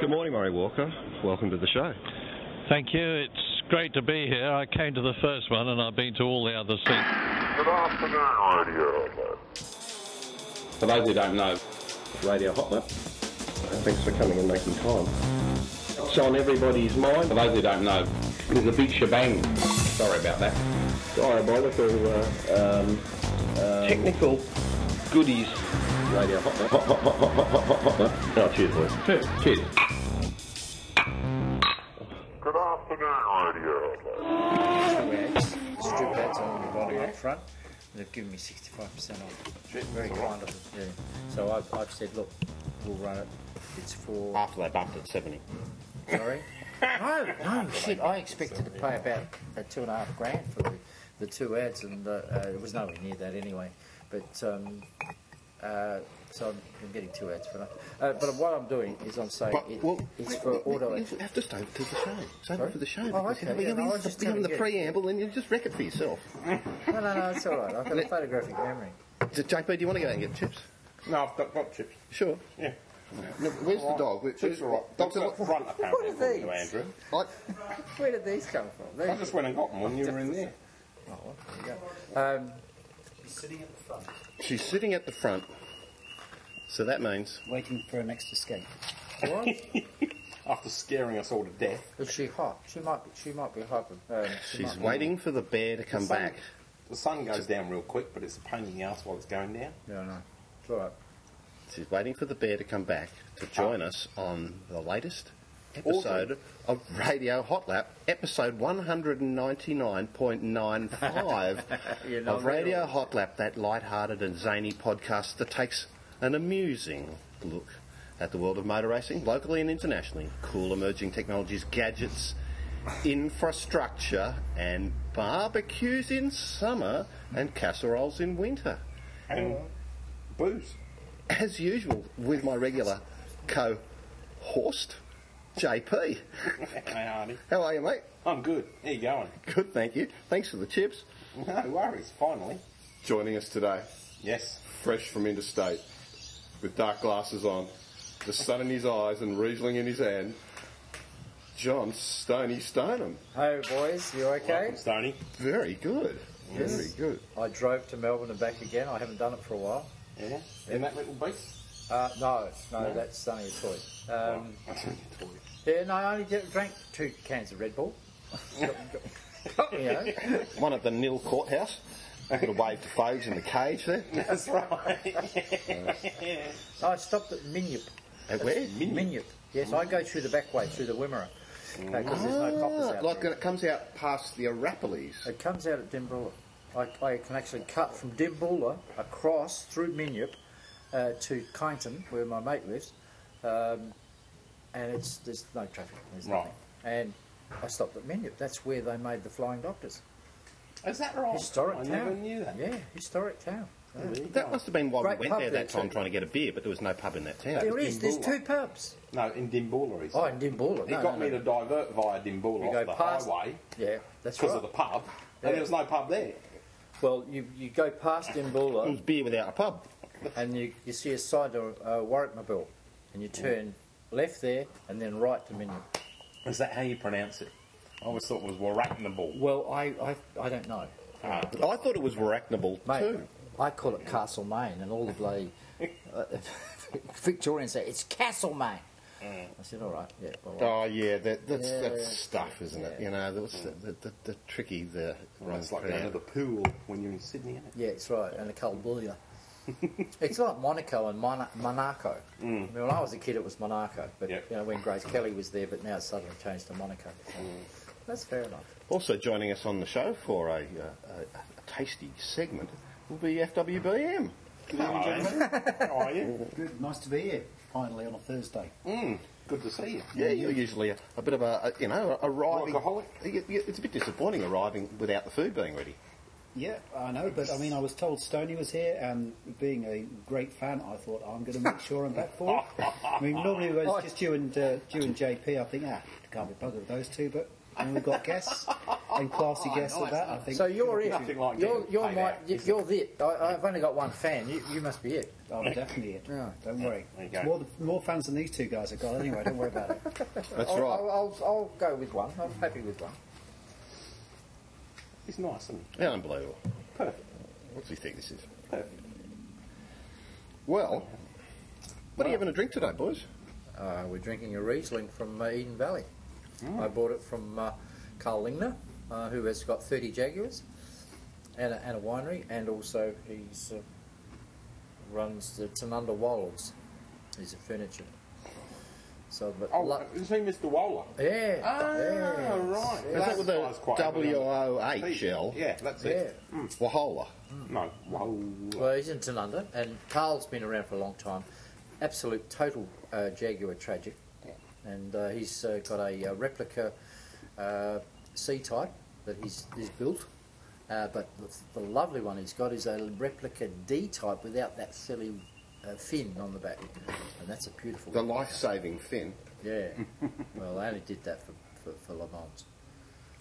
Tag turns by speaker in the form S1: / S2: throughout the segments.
S1: Good morning, Murray Walker. Welcome to the show.
S2: Thank you. It's great to be here. I came to the first one and I've been to all the other six.
S3: Good afternoon, Radio Hotler.
S1: For those who don't know, Radio Hotler. Thanks for coming and making time. What's on everybody's mind? For those who don't know, there's a big shebang. Sorry about that. Diabolical uh, um, uh, technical goodies. Radio Hotler. Hot, hot, hot, hot, hot, hot, hot, hot. Oh, cheers, boys. Cheers. Cheers.
S3: Good afternoon, Radio Hotler.
S4: Stu Pat's on the body up front, and they've given me 65% off. Very kind of them, yeah. So I've, I've said, look, we'll run it. It's for.
S5: After they bumped it 70.
S4: Sorry? No, no, shit. I expected to pay about uh, two and a half grand for the, the two ads, and uh, uh, it was nowhere near that anyway. But. Um, uh, so I'm, I'm getting two ads for nothing. Uh, but what I'm doing is I'm saying
S6: But,
S4: it,
S6: well,
S4: it's
S6: wait,
S4: for
S6: wait,
S4: auto.
S6: You have to save it to the show. Save
S4: Sorry?
S6: it for the show.
S4: Oh,
S6: because
S4: okay,
S6: if you
S4: yeah,
S6: give
S4: no, I
S6: me-
S4: was just
S6: if you give me the
S4: telling you.
S6: preamble, then you just wreck it for yourself.
S4: No, no, no, it's all right. I've got a photographic memory.
S6: So, JP, do you want to go and get chips?
S5: No, I've got, got chips.
S6: Sure.
S5: Yeah.
S6: No, where's the dog? Where-
S5: Chips are right.
S6: Dog's
S5: Dogs
S6: in
S5: up front, apparently,
S4: What are
S5: according to
S4: these?
S5: Andrew.
S6: Like,
S4: Where did these come from? These-
S5: I just went and got them when you were in there.
S4: Um,
S6: she's sitting at the front. So that means
S7: waiting for her next escape.
S4: what?
S5: After scaring us all to death.
S4: Is she hot? She might be. She might be hot. Um, she
S6: she's
S4: might be-
S6: waiting for the bear to come back.
S5: The sun goes down real quick, but it's a pain in the ass while it's going down.
S4: No, no. It's all right.
S6: She's waiting for the bear to come back to join us on the latest episode of Radio Hot Lap, episode 199.95
S4: not
S6: of Radio Hot Lap, that light-hearted and zany podcast that takes an amusing look at the world of motor racing, locally and internationally, cool emerging technologies, gadgets, infrastructure, and barbecues in summer and casseroles in winter
S5: And booze.
S6: as usual, with my regular co host, JP.
S5: Hey, Arnie.
S6: How are you, mate?
S5: I'm good. How you going?
S6: Good, thank you. Thanks for the chips.
S5: No worries, finally.
S8: joining us today,
S5: Yes.
S8: fresh from interstate, with dark glasses on, the sun in his eyes and Riesling in his hand, John Stony Stoneham.
S4: Hey boys, you okay?
S5: Welcome, Stoney.
S6: Very good.
S4: Yes.
S6: Very good.
S4: I drove to Melbourne and back again. I haven't done it for a while.
S5: Yeah. And that little beast?
S4: Uh, no, no, that's only a toy. Um, yeah, no, I only did- drank two cans of Red Bull. Got me, eh?
S6: One at the Nil Courthouse. A little wave to Fogues in the cage there.
S5: That's right.
S4: I stopped at Minyip.
S6: At where?
S4: Minyip. Yes, I go through the back way, through the Wimmera, because there's no coppers
S6: Ah,
S4: out
S6: like
S4: there.
S6: when it comes out past the Arapalis.
S4: It comes out at Dimboola. I, I can actually cut from Dimboola across through Minyip uh, to Kyneton, where my mate lives, um, and it's there's no traffic. There's
S5: Right.
S4: nothing. And I stopped at Minyip. That's where they made the Flying Doctors.
S5: Is that right?
S4: Historic
S5: Oh, I
S4: town.
S5: never knew that.
S4: Yeah, historic town. Yeah.
S6: That must have been why
S4: Great
S6: we went
S4: pub
S6: there
S4: there
S6: that time
S4: too.
S6: trying to get a beer, but there was no pub in that town.
S4: There is. There's two
S5: Dimboola.
S4: pubs.
S5: No, in Dimboola, he's
S4: Oh, in Dimboola.
S5: He
S4: no,
S5: got
S4: no,
S5: me
S4: no.
S5: to divert via Dimboola
S4: You go
S5: off the
S4: past-
S5: highway
S4: Yeah, that's
S5: because
S4: right.
S5: of the pub, and there was no pub there.
S4: Well, you, you go past
S6: It
S4: Dimboola
S6: was beer without a pub.
S4: and you, you see a side to uh, Warwick Mobile, and you turn left there and then right to Minyip.
S5: Is that how you pronounce it? I always thought it was Warracknable.
S4: Well, I, I, I don't know,
S6: I thought it was Racknable
S4: mate.
S6: too.
S4: I call it Castle Maine, and all the bloody uh, Victorians say it's Castle Maine. I said, all right, yeah, all right.
S6: Oh yeah, that, that's
S4: Yeah.
S6: that's stuff, isn't it? You know, that's the, the, the, the tricky the
S5: Right, it's like going to the pool when you're in Sydney, isn't it?
S4: yeah, it's right, and a Calbulia. it's like Monaco and Mon- Monaco. I mean, when I was a kid, it was Monaco, but
S5: Yeah.
S4: you know, when Grace Kelly was there, but now it's suddenly changed to Monaco. So That's fair enough.
S6: Also joining us on the show for a, uh, a, a tasty segment will be FWBM.
S5: Hello, Andrew. How are you?
S7: Good, nice to be here. Finally on a Thursday.
S5: Good to see you.
S6: Yeah, you're usually a, a bit of a, a you know arriving.
S5: Workaholic.
S6: Y- y- It's a bit disappointing arriving without the food being ready.
S7: Yeah, I know, but I mean, I was told Stoney was here, and being a great fan, I thought I'm going to make sure I'm back for it. I mean, normally when it's just you and uh, you and JP, I think ah, can't be bothered with those two, but when we've got guests, and classy guest at that. I think.
S4: So you're it.
S5: Nothing like
S4: you're
S5: getting
S4: you're
S5: paid
S4: my
S5: out,
S4: y-
S5: is
S4: you're it. I, I've only got one fan. You, you must be it.
S7: Oh, definitely it.
S4: Yeah.
S7: Don't worry.
S5: there you go.
S7: It's More, more fans than these two guys have got anyway. Don't worry about it.
S9: That's
S4: I'll,
S9: right.
S4: I'll, I'll, I'll go with one. I'm happy with one.
S5: It's nice and
S6: Yeah, unbelievable.
S5: perfect.
S6: What do you think this is?
S5: Perfect.
S6: Well, what are you having to drink today, boys?
S4: Uh, we're drinking a Riesling from uh, Eden Valley.
S5: Mm.
S4: I bought it from uh, Carl Lingner, uh, who has got 30 Jaguars and a, and a winery, and also he's uh, runs the Tanunda Wolds. He's a furniture. So, but
S5: Oh,
S4: lo-
S5: you see Mr. Waller?
S4: yeah,
S5: Ah,
S4: yeah,
S5: right.
S4: yeah.
S5: Is
S6: Is that
S5: That's
S6: with
S5: why it's
S6: the
S5: quite
S6: W O
S5: There
S6: H
S5: you go.
S6: L?
S5: Yeah, that's
S4: yeah.
S5: it.
S6: Wahola.
S5: No, whoa.
S4: Well, he's in Tanunda, and Carl's been around for a long time. Absolute total uh, Jaguar tragic, and uh, he's uh, got a uh, replica uh, C-type that he's, he's built. Uh, but the, the lovely one he's got is a replica D-type without that silly uh, fin on the back, and that's a beautiful.
S6: The
S4: one.
S6: life-saving fin.
S4: Yeah. well, I only did that for for, for Le Mans.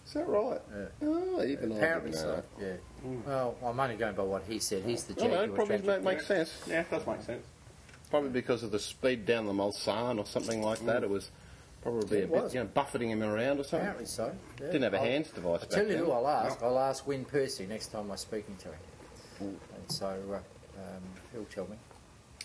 S6: Is that right?
S4: Yeah.
S6: Oh, even
S4: Apparently
S6: I didn't know
S4: so.
S6: that.
S4: Yeah. Well, I'm only going by what he said. He's the
S6: No,
S4: Jaguar.
S6: Oh, no, it probably
S4: tragic.
S6: ma- makes sense.
S5: Yeah, it does make sense.
S6: Probably because of the speed down the Mulsanne or something like that. It was probably a
S4: It
S6: bit,
S4: was.
S6: you know, buffeting him around or something.
S4: Apparently so. yeah.
S6: Didn't have a
S4: I'll-
S6: hands device
S4: I'll
S6: back
S4: tell you
S6: then.
S4: who I'll ask. I'll ask Win Percy next time I'm speaking to him. And so uh, um, he'll tell me.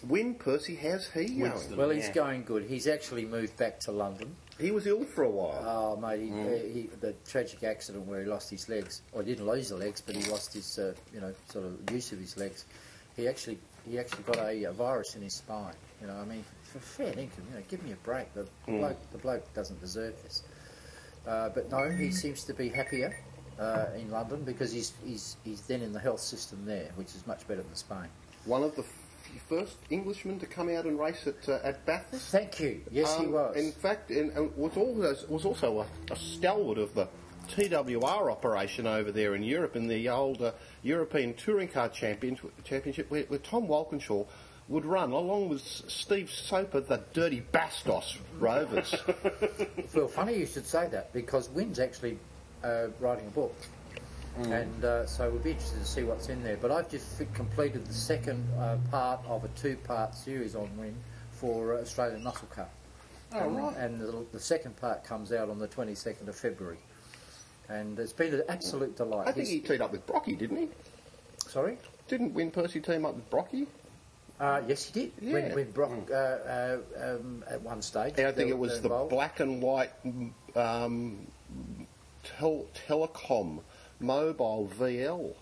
S6: Win Percy, how's he going?
S4: Well, he's going good. He's actually moved back to London.
S6: He was ill for a while.
S4: Oh, mate, he, uh, he, the tragic accident where he lost his legs. Or he didn't lose the legs, but he lost his, uh, you know, sort of use of his legs. He actually, he actually got a, uh virus in his spine. You know, what I mean, for fair income, you know, give me a break. The bloke, the bloke doesn't deserve this. Uh, but no, he seems to be happier uh, in London because he's, he's, he's then in the health system there, which is much better than Spain.
S6: One of the f- first Englishmen to come out and race at, uh, at Bathurst.
S4: Thank you. Yes, he
S6: Um,
S4: was.
S6: In fact, in, uh, was also, was also a, a stalwart of the TWR operation over there in Europe in the old uh, European Touring Car Champion, Championship, where, where Tom Walkinshaw would run along with S- Steve Soper, the dirty Bastos Rovers.
S4: Well, funny you should say that because Wynn's actually uh, writing a book,
S6: Mm.
S4: and uh, so we'll be interested to see what's in there. But I've just f- completed the second uh, part of a two-part series on Wynn for uh, Australian Muscle Car. Oh,
S6: Um,
S4: and, right. And the, the second part comes out on the 22nd of February, and it's been an absolute delight.
S6: I think he
S4: He's-
S6: teamed up with Brocky, didn't he?
S4: Sorry.
S6: Didn't Win Percy team up with Brocky?
S4: Uh, yes, he did.
S6: Yeah.
S4: When, when Brock uh, uh, um, at one stage.
S6: And I
S4: they
S6: think it
S4: were
S6: was the
S4: involved.
S6: black and white mm, um, tel- telecom mobile VL.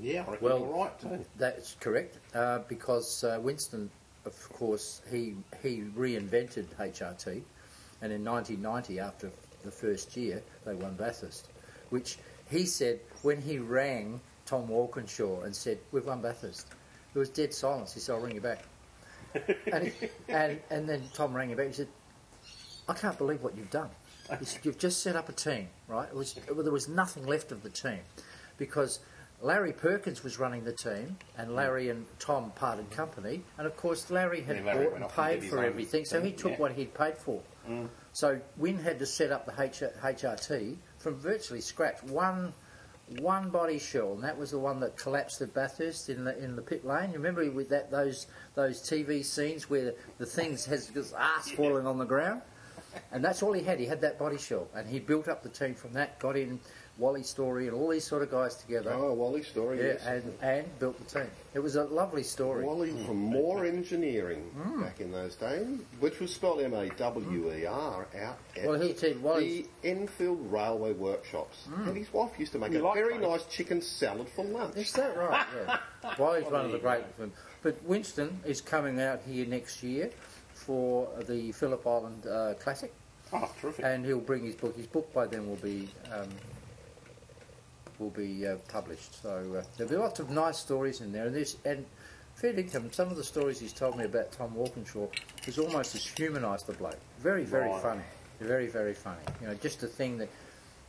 S5: Yeah, I reckon
S4: Well-
S5: you're right too.
S4: That's correct, uh, because uh, Winston, of course, he he reinvented HRT, and in 1990, after the first year, they won Bathurst, which he said when he rang Tom Walkinshaw and said, "We've won Bathurst," there was dead silence. He said, "I'll ring you back," and, he, and and then Tom rang him back. He said, "I can't believe what you've done." He said, "You've just set up a team, right? It was, there was nothing left of the team." because Larry Perkins was running the team, and Larry and Tom parted company. And of course, Larry had
S5: Yeah, Larry
S4: bought
S5: went
S4: and
S5: off and did
S4: paid
S5: his
S4: for
S5: own
S4: everything, so he
S5: thing,
S4: took
S5: yeah. Mm.
S4: what he'd paid for. So Wynn had to set up the HR, HRT from virtually scratch. One, one body shell, and that was the one that collapsed at Bathurst in the in the pit lane. You remember with that those those TV scenes where the things has his ass falling on the ground. And that's all he had. He had that body shell, and he built up the team from that. Got in Wally Story and all these sort of guys together.
S6: Oh, Wally Story,
S4: yeah,
S6: yes.
S4: and, and built the team. It was a lovely story. Hmm.
S6: Wally from Moore Engineering back in those days, which was spelled M A W E R out at
S4: Well, he Hmm. said Wally.
S6: the Enfield Railway Workshops. And his wife used to make
S5: You
S6: a
S5: like
S6: very
S5: those?
S6: nice chicken salad for lunch.
S4: Is that right? Yeah. Wally's one of the great ones. But Winston is coming out here next year for the Phillip Island uh, Classic,
S5: Oh, terrific.
S4: and he'll bring his book. His book by then will be. Um, Will be uh, published, so uh, there'll be lots of nice stories in there. And this, and fair income, some of the stories he's told me about Tom Walkinshaw is almost as humanised the bloke. Very, very
S5: Right.
S4: funny. Very, very funny. You know, just a thing that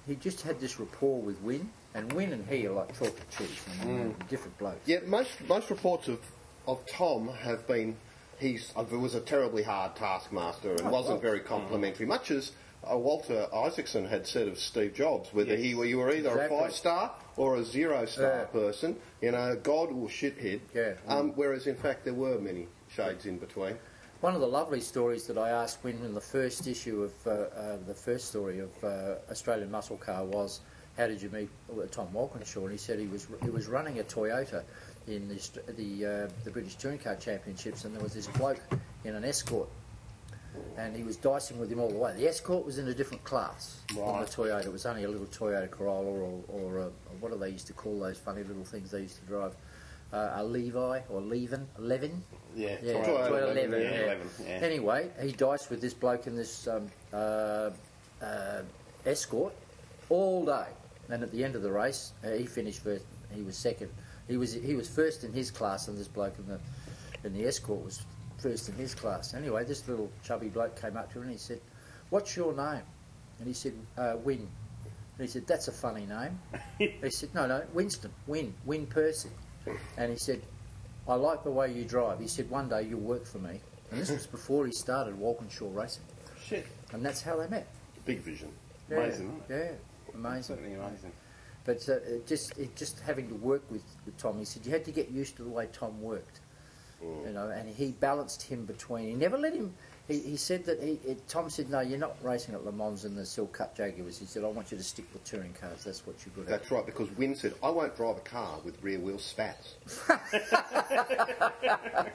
S4: he just had this rapport with Wynn, and Wynn and he are like chalk and cheese, you know,
S5: Mm.
S4: different blokes.
S6: Yeah, most most reports of of Tom have been he's uh, was a terribly hard taskmaster and wasn't very complimentary. Much as uh, Walter Isaacson had said of Steve Jobs, whether he were you were either
S4: Exactly.
S6: a five star or a zero star
S4: Yeah.
S6: person, you know, god or shithead.
S4: Yeah.
S6: Um, whereas in fact there were many shades in between.
S4: One of the lovely stories that I asked when in the first issue of uh, uh, the first story of uh, Australian Muscle Car was, how did you meet uh, Tom Walkinshaw? And he said he was he was running a Toyota in the Aust- the, uh, the British Touring Car Championships, and there was this bloke in an Escort, and he was dicing with him all the way. The Escort was in a different class than
S6: Right.
S4: the Toyota. It was only a little Toyota Corolla or or a, what do they used to call those funny little things they used to drive? Uh, a Levi or Levin, Levin.
S5: Yeah,
S4: Yeah, Toyota
S5: Toyota Eleven,
S4: Eleven,
S5: yeah,
S4: yeah.
S5: Eleven, yeah.
S4: Anyway, he diced with this bloke in this um, uh, uh, escort all day, and at the end of the race, uh, he finished first. He was second. He was he was first in his class, and this bloke in the in the escort was first in his class. Anyway, this little chubby bloke came up to him and he said, "What's your name?" And he said, uh, "Win." And he said, "That's a funny name." he said, "No, no, Winston, Win, Win Percy." And he said, I like the way you drive. He said, one day you'll work for me. And this was before he started Walkinshaw Racing.
S5: Shit,
S4: And that's how they met.
S6: Big vision.
S4: Yeah,
S5: Amazing,
S4: Yeah, amazing.
S5: certainly amazing.
S4: But uh, it just it just having to work with, with Tom, he said you had to get used to the way Tom worked.
S5: Mm.
S4: You know, and he balanced him between. He never let him. He, he said that he, it, Tom said, "No, you're not racing at Le Mans in the Silk Cut Jaguars." He said, "I want you to stick with touring cars. That's what you're good at."
S6: That's right, because Wynne said, I won't drive a car with rear wheel spats.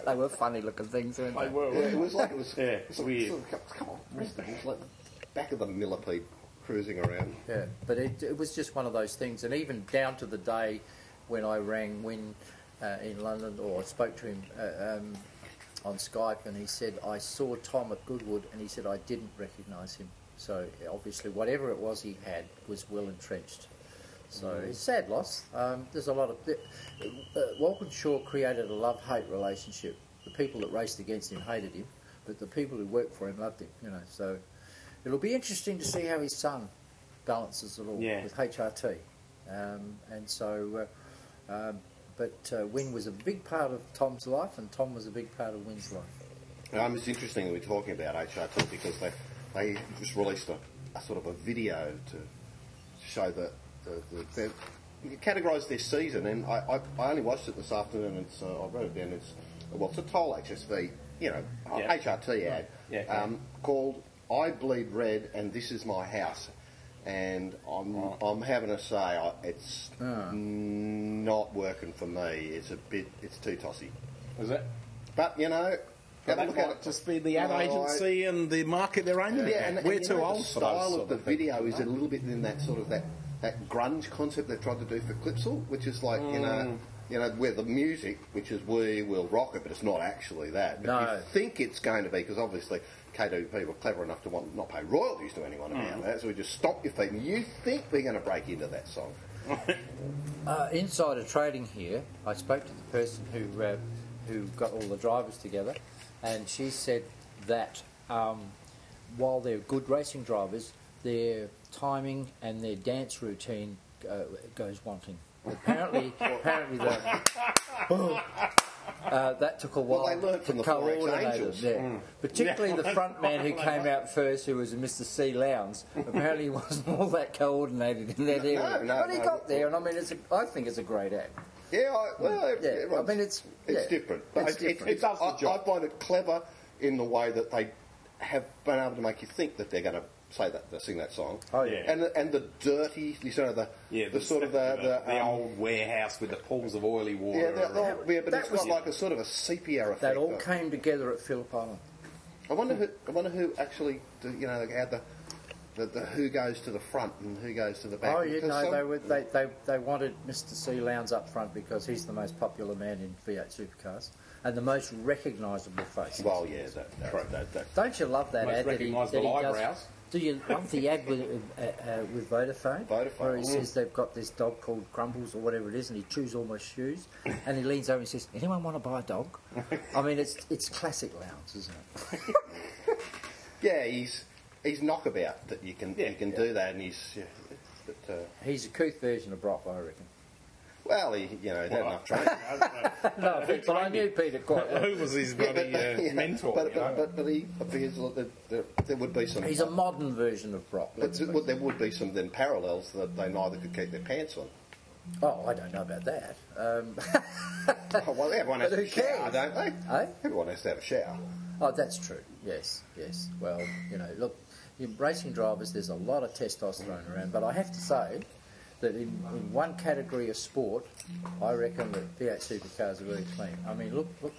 S4: They were funny looking things, weren't they?
S6: Yeah, it was like it was
S5: Yeah,
S6: it was like-
S5: weird.
S6: sort of, come on, Mustang, it's like the back of the millipede cruising around.
S4: Yeah, but it, it was just one of those things, and even down to the day when I rang Win uh, in London or I spoke to him uh, um, on Skype, and he said I saw Tom at Goodwood, and he said I didn't recognise him. So obviously, whatever it was he had was well entrenched. So it's a sad loss. Um, there's a lot of th- uh, Walkinshaw created a love-hate relationship. The people that raced against him hated him, but the people who worked for him loved him. You know, so it'll be interesting to see how his son balances it all
S5: Yeah.
S4: with HRT. Um, and so, uh, um, but uh, Wynne was a big part of Tom's life, and Tom was a big part of Wynne's life.
S6: Um, it's interesting that we're talking about HRT because they, they just released a, a sort of a video to show the, the, the, the categorise their season, and I, I, I only watched it this afternoon. It's uh, I wrote it down. It's well, it's a toll HSV, you know, uh,
S5: Yeah.
S6: HRT ad
S5: Yeah.
S6: Um, called "I Bleed Red" and "This Is My House." And I'm, I'm having to say I, it's not working for me. It's a bit, it's too tossy.
S5: Is it?
S6: But you know, have a
S5: That
S6: look
S5: might
S6: at it.
S5: just be the ad
S6: No, I-
S5: agency and the market they're aiming
S6: yeah,
S5: at.
S6: and, and
S5: We're
S6: you
S5: too
S6: know,
S5: old
S6: the
S5: for those
S6: style
S5: sort
S6: of the
S5: thing.
S6: video is a little bit in that sort of that, that grunge concept they tried to do for Clipsal, which is like you
S5: Mm.
S6: know, you know, where the music, which is we will rock it, but it's not actually that. But
S4: No.
S6: you think it's going to be because obviously KWP were clever enough to want not pay royalties to anyone
S5: Mm.
S6: about that, so we just stomp your feet and you think we're going to break into that song.
S4: Uh, insider trading here, I spoke to the person who uh, who got all the drivers together, and she said that um, while they're good racing drivers, their timing and their dance routine uh, goes wanting. Apparently, apparently the, uh, that took a while
S6: they learnt
S4: to
S6: from the Four X
S4: coordinate it,
S6: Angels.
S4: yeah. Particularly the front man who came out first, who was a Mr. C. Lowndes, apparently wasn't all that coordinated in that area.
S6: no,
S4: but he
S6: no.
S4: got there, and I mean, it's a, I think it's a great act.
S6: Yeah, I,
S5: Mm.
S6: well,
S4: Yeah,
S6: everyone's-
S4: I mean, it's-
S6: it's
S4: yeah,
S6: different. But
S4: it's
S6: it's
S4: different.
S6: It's,
S4: It
S5: does the
S6: I,
S5: job.
S6: I find it clever in the way that they have been able to make you think that they're going to say that, they sing that song.
S4: Oh, yeah.
S6: and the, and the dirty, you know, the
S5: Yeah,
S6: the, sort of the
S5: the,
S6: the, um,
S5: old warehouse with the pools of oily water.
S6: Yeah, the, the, yeah, but
S4: That
S6: it's
S4: was-
S6: got like a sort of a sepia effect.
S4: That all
S6: on it.
S4: came together at Phillip Island.
S6: I wonder who I wonder who actually do- you know how the, the, the who goes to the front and who goes to the back.
S4: Oh, you
S6: Because
S4: know,
S6: some-
S4: they, were, they, they, they wanted Mr. C. Lowndes up front because he's the most popular man in V8 supercars and the most recognisable face.
S6: well, yeah, that, that, that, that
S4: Don't you love that
S5: Most
S4: ad? that he-
S5: recognisable
S4: that he does-
S5: eyebrows.
S4: Do you love the ad with, uh, uh, with Vodafone?
S6: Vodafone.
S4: Where he
S6: Mm.
S4: says they've got this dog called Grumbles or whatever it is, and he chews all my shoes, and he leans over and says, "Anyone want to buy a dog?" I mean, it's it's classic Lowndes, isn't it?
S6: Yeah, he's he's knockabout that you can you can do that, and he's. Yeah, but, uh,
S4: He's a Cooth version of Brock, I reckon.
S6: Well, he, you know, he had enough training.
S4: No, but I knew Peter quite well.
S5: Who was his bloody uh,
S6: Yeah,
S5: mentor?
S6: But,
S5: you know?
S6: but, but, but he appears that there- there, there would be some.
S4: He's a modern version of Brock.
S6: but
S4: let's
S6: there
S4: face
S6: would- there would be some then parallels that they neither could keep their pants on.
S4: it. Oh, I don't know about that. Um,
S6: Oh, well, everyone has
S4: But
S6: to
S4: who
S6: shower,
S4: cares?
S6: don't they?
S4: Eh?
S6: Everyone has to have a shower.
S4: Oh, that's true. Yes, yes. Well, you know, look, in racing drivers, there's a lot of testosterone around, but I have to say that in, in one category of sport, I reckon that V8 supercars are really clean. I mean, look, look,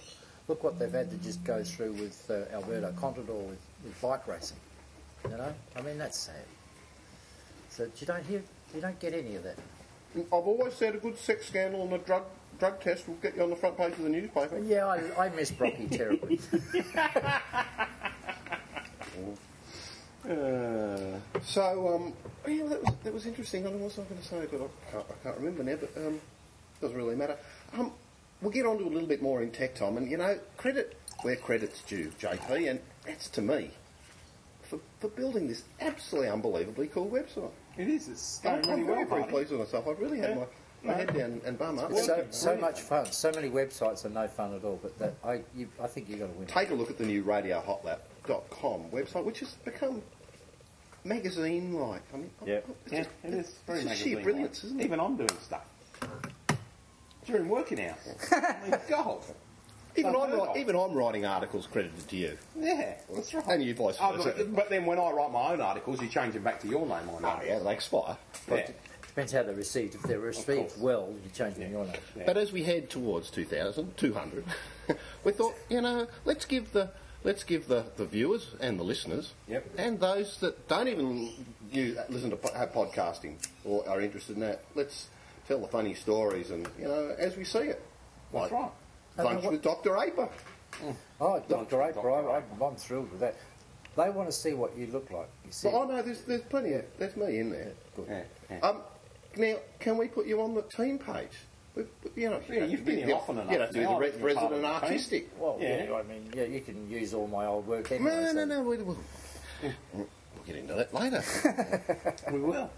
S4: look what they've had to just go through with uh, Alberto Contador with, with bike racing. You know, I mean, that's sad. So you don't hear, you don't get any of that.
S6: I've always said a good sex scandal and a drug drug test will get you on the front page of the newspaper.
S4: But yeah, I, I miss Brocky terribly.
S6: Uh, so, um, yeah, that was, that was interesting. I was not going to say, but I can't, I can't remember now. But um, doesn't really matter. Um, we'll get on to a little bit more in tech, Tom. And you know, credit where credit's due, JP, and that's to me for, for building this absolutely unbelievably cool website.
S5: it is. It's
S6: I'm,
S5: going really
S6: very,
S5: well,
S6: very
S5: Barney.
S6: pleased with myself. I've really had my, my head down and bum up.
S4: so, so much fun. So many websites are no fun at all, but that, I, you, I think you've got to win.
S6: take a look at the new radiohotlap.com website, which has become magazine-like. I mean, oh,
S5: Yeah,
S6: it's
S5: yeah,
S6: just-
S5: it
S6: it's
S5: is. Very
S6: just sheer
S5: magazine-like.
S6: brilliance, isn't it?
S5: Even I'm doing stuff during working hours. My God.
S6: Even
S5: I've
S6: I'm,
S5: heard
S6: write-
S5: of.
S6: even I'm writing articles credited to you.
S5: Yeah, that's right.
S6: And you vice
S5: Oh,
S6: versa.
S5: but, but then when I write my own articles, you change them back to your name on
S6: Oh,
S5: them.
S6: yeah, they expire. But,
S5: Yeah.
S4: Depends how they're received. If they're
S5: course.
S4: received well, you change them
S5: Yeah.
S4: your name.
S5: Yeah.
S6: but as we head towards 2,000, 200, we thought, you know, let's give the let's give the, the viewers and the listeners
S5: Yep.
S6: and those that don't even use, listen to po- uh, podcasting or are interested in that, let's tell the funny stories and, you know, as we see it.
S5: That's right.
S6: Lunch with Dr. Aper.
S4: Oh, Dr. Aper, I- I'm, I'm thrilled with that. They want to see what you look like. You see?
S6: Well, I know Oh, there's, there's plenty of, there's me in there.
S4: Good.
S5: Yeah, yeah.
S6: Um, now, can we put you on the team page? We- we- You know,
S5: Yeah, you've been here often enough
S6: You don't do
S5: now.
S6: the re-
S5: You're part of
S6: resident
S5: the team.
S6: artistic.
S4: Well, yeah.
S5: Yeah.
S4: I mean, yeah, you can use all my old work anyway.
S6: No,
S4: so-
S6: no, no. We, we'll, we'll get into that later.
S5: We will.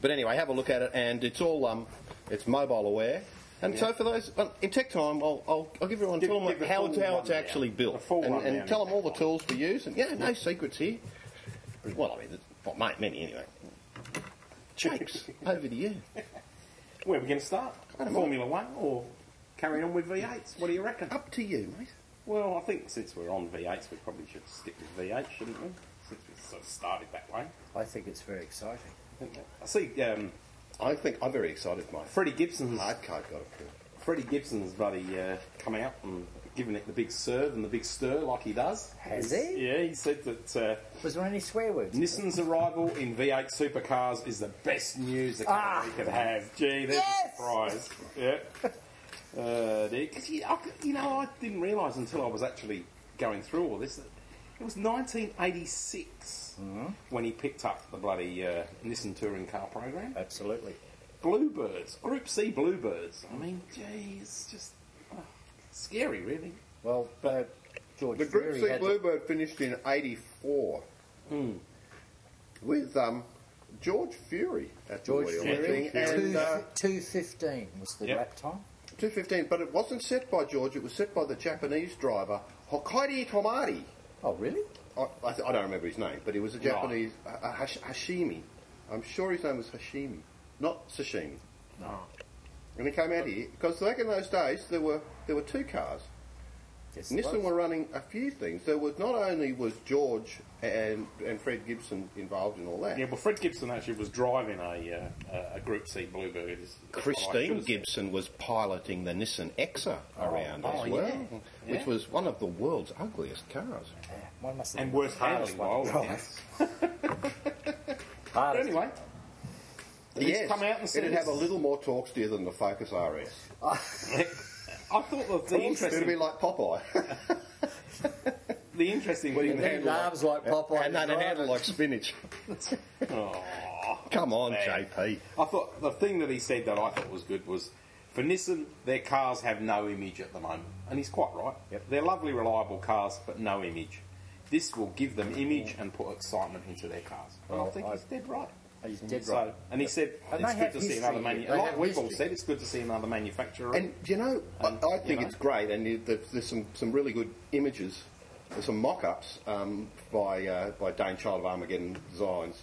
S6: but anyway, have a look at it, and it's all um, it's mobile aware. And so for those um, in tech time, I'll, I'll, I'll give everyone
S5: Give-
S6: tell them
S5: give the
S6: how,
S5: full
S6: it's, how it's
S5: rundown.
S6: actually built,
S5: The full
S6: and,
S5: rundown.
S6: and tell them all the tools we use. And yeah, no secrets here. Well, I mean, there's not ma- many anyway. Jakes, over to you.
S5: Where are we going to start?
S6: I don't
S5: Formula One or carry on with V8s? What do you reckon?
S6: Up to you, mate.
S5: Well, I think since we're on V8s, we probably should stick with V8, shouldn't we? Since we sort of started that way.
S4: I think it's very exciting.
S5: I see um,
S6: I think I'm very excited, mate.
S5: Freddie Gibson's
S6: Hard card got approved.
S5: Freddie Gibson's buddy uh, come out and given it the big serve and the big stir like he does.
S4: Has
S5: He's-
S4: he?
S5: Yeah, he said that uh,
S4: Was there any swear words?
S5: Nissan's arrival in V8 supercars is the best news the
S4: Ah.
S5: company could have. Gee, there's
S4: Yes.
S5: a surprise. Yeah. Uh, dear, 'cause you, I, you know, I didn't realise until I was actually going through all this that it was 1986 when he picked up the bloody uh, Nissan touring car program.
S4: Absolutely.
S5: Bluebirds, Group C Bluebirds. I mean, gee, it's just oh, scary, really.
S4: Well, uh, George
S6: The Group
S4: Fury
S6: C
S4: had the-
S6: Bluebird finished in '84
S4: Hmm.
S6: with um, George Fury at
S4: George
S6: the wheel,
S4: Fury.
S6: I think, and uh,
S4: two fifteen was the
S5: Yep.
S4: lap time.
S6: 215. But it wasn't set by George; it was set by the Japanese driver Hokaide Tomari.
S4: Oh, really?
S6: I, I, th- I don't remember his name, but he was a Japanese uh, uh, Hash- Hashimi. I'm sure his name was Hashimi, not Sashimi.
S4: No.
S6: And he came out here because back in those days there were there were two cars.
S4: Yes, it
S6: Nissan
S4: was.
S6: were running a few things. There was not only was George and and Fred Gibson involved in all that.
S5: Yeah, well, Fred Gibson actually was driving a uh, a- a Group C Bluebird. is- is what I should
S6: Christine
S5: have said.
S6: Gibson was piloting the Nissan Exa around
S5: oh,
S6: as well,
S5: yeah.
S6: which
S5: Yeah.
S6: was one of the world's ugliest cars.
S4: One must have
S5: And
S4: been
S5: worth
S4: the hardest
S5: handling by all
S4: one.
S5: accounts. But
S4: Hardest.
S5: anyway,
S6: yes,
S5: come out and said
S6: it'd
S5: it's-
S6: have a little more torque steer than the Focus RS.
S5: I thought that the
S6: It'd be
S5: interesting,
S6: like Popeye,
S5: the interesting thing
S6: can
S5: that
S6: handle
S4: arms like Popeye.
S6: and then handle like spinach. come on,
S5: Oh, man.
S6: JP.
S5: I thought the thing that he said that I thought was good was for Nissan, their cars have no image at the moment, and he's quite right. They're lovely, reliable cars, but no image. This will give them image and put excitement into their cars. And I
S4: Well,
S5: think
S4: I-
S5: he's dead right.
S4: He's dead right.
S5: So, and he said,
S4: And
S5: it's
S4: they
S5: good
S4: have
S5: to see
S4: history
S5: another
S4: here.
S5: manufacturer.
S4: They
S5: Like
S4: have
S5: we've all
S4: history.
S5: said, it's good to see another manufacturer.
S6: And you know, I, I think
S5: you know.
S6: it's great, and it, there- there's some, some really good images, there's some mock-ups um, by uh, by Dane Child of Armageddon Designs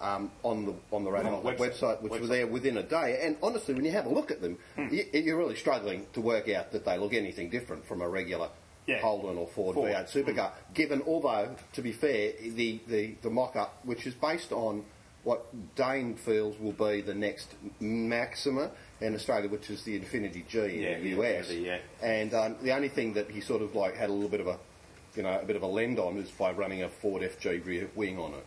S6: um, on the on the Radio
S5: On the
S6: Hotline
S5: website.
S6: website,
S5: Hmm.
S6: which were there within a day. And honestly, when you have a look at them, you, you're really struggling to work out that they look anything different from a regular.
S5: Yeah.
S6: Holden or Ford,
S5: Ford.
S6: V8 supercar. Given, although to be fair, the, the, the mock-up, which is based on what Dane feels will be the next Maxima in Australia, which is the Infinity G in
S5: Yeah,
S6: the
S5: yeah,
S6: US.
S5: yeah.
S6: And um, the only thing that he sort of like had a little bit of a, you know, a bit of a lend on is by running a Ford FG rear wing on it.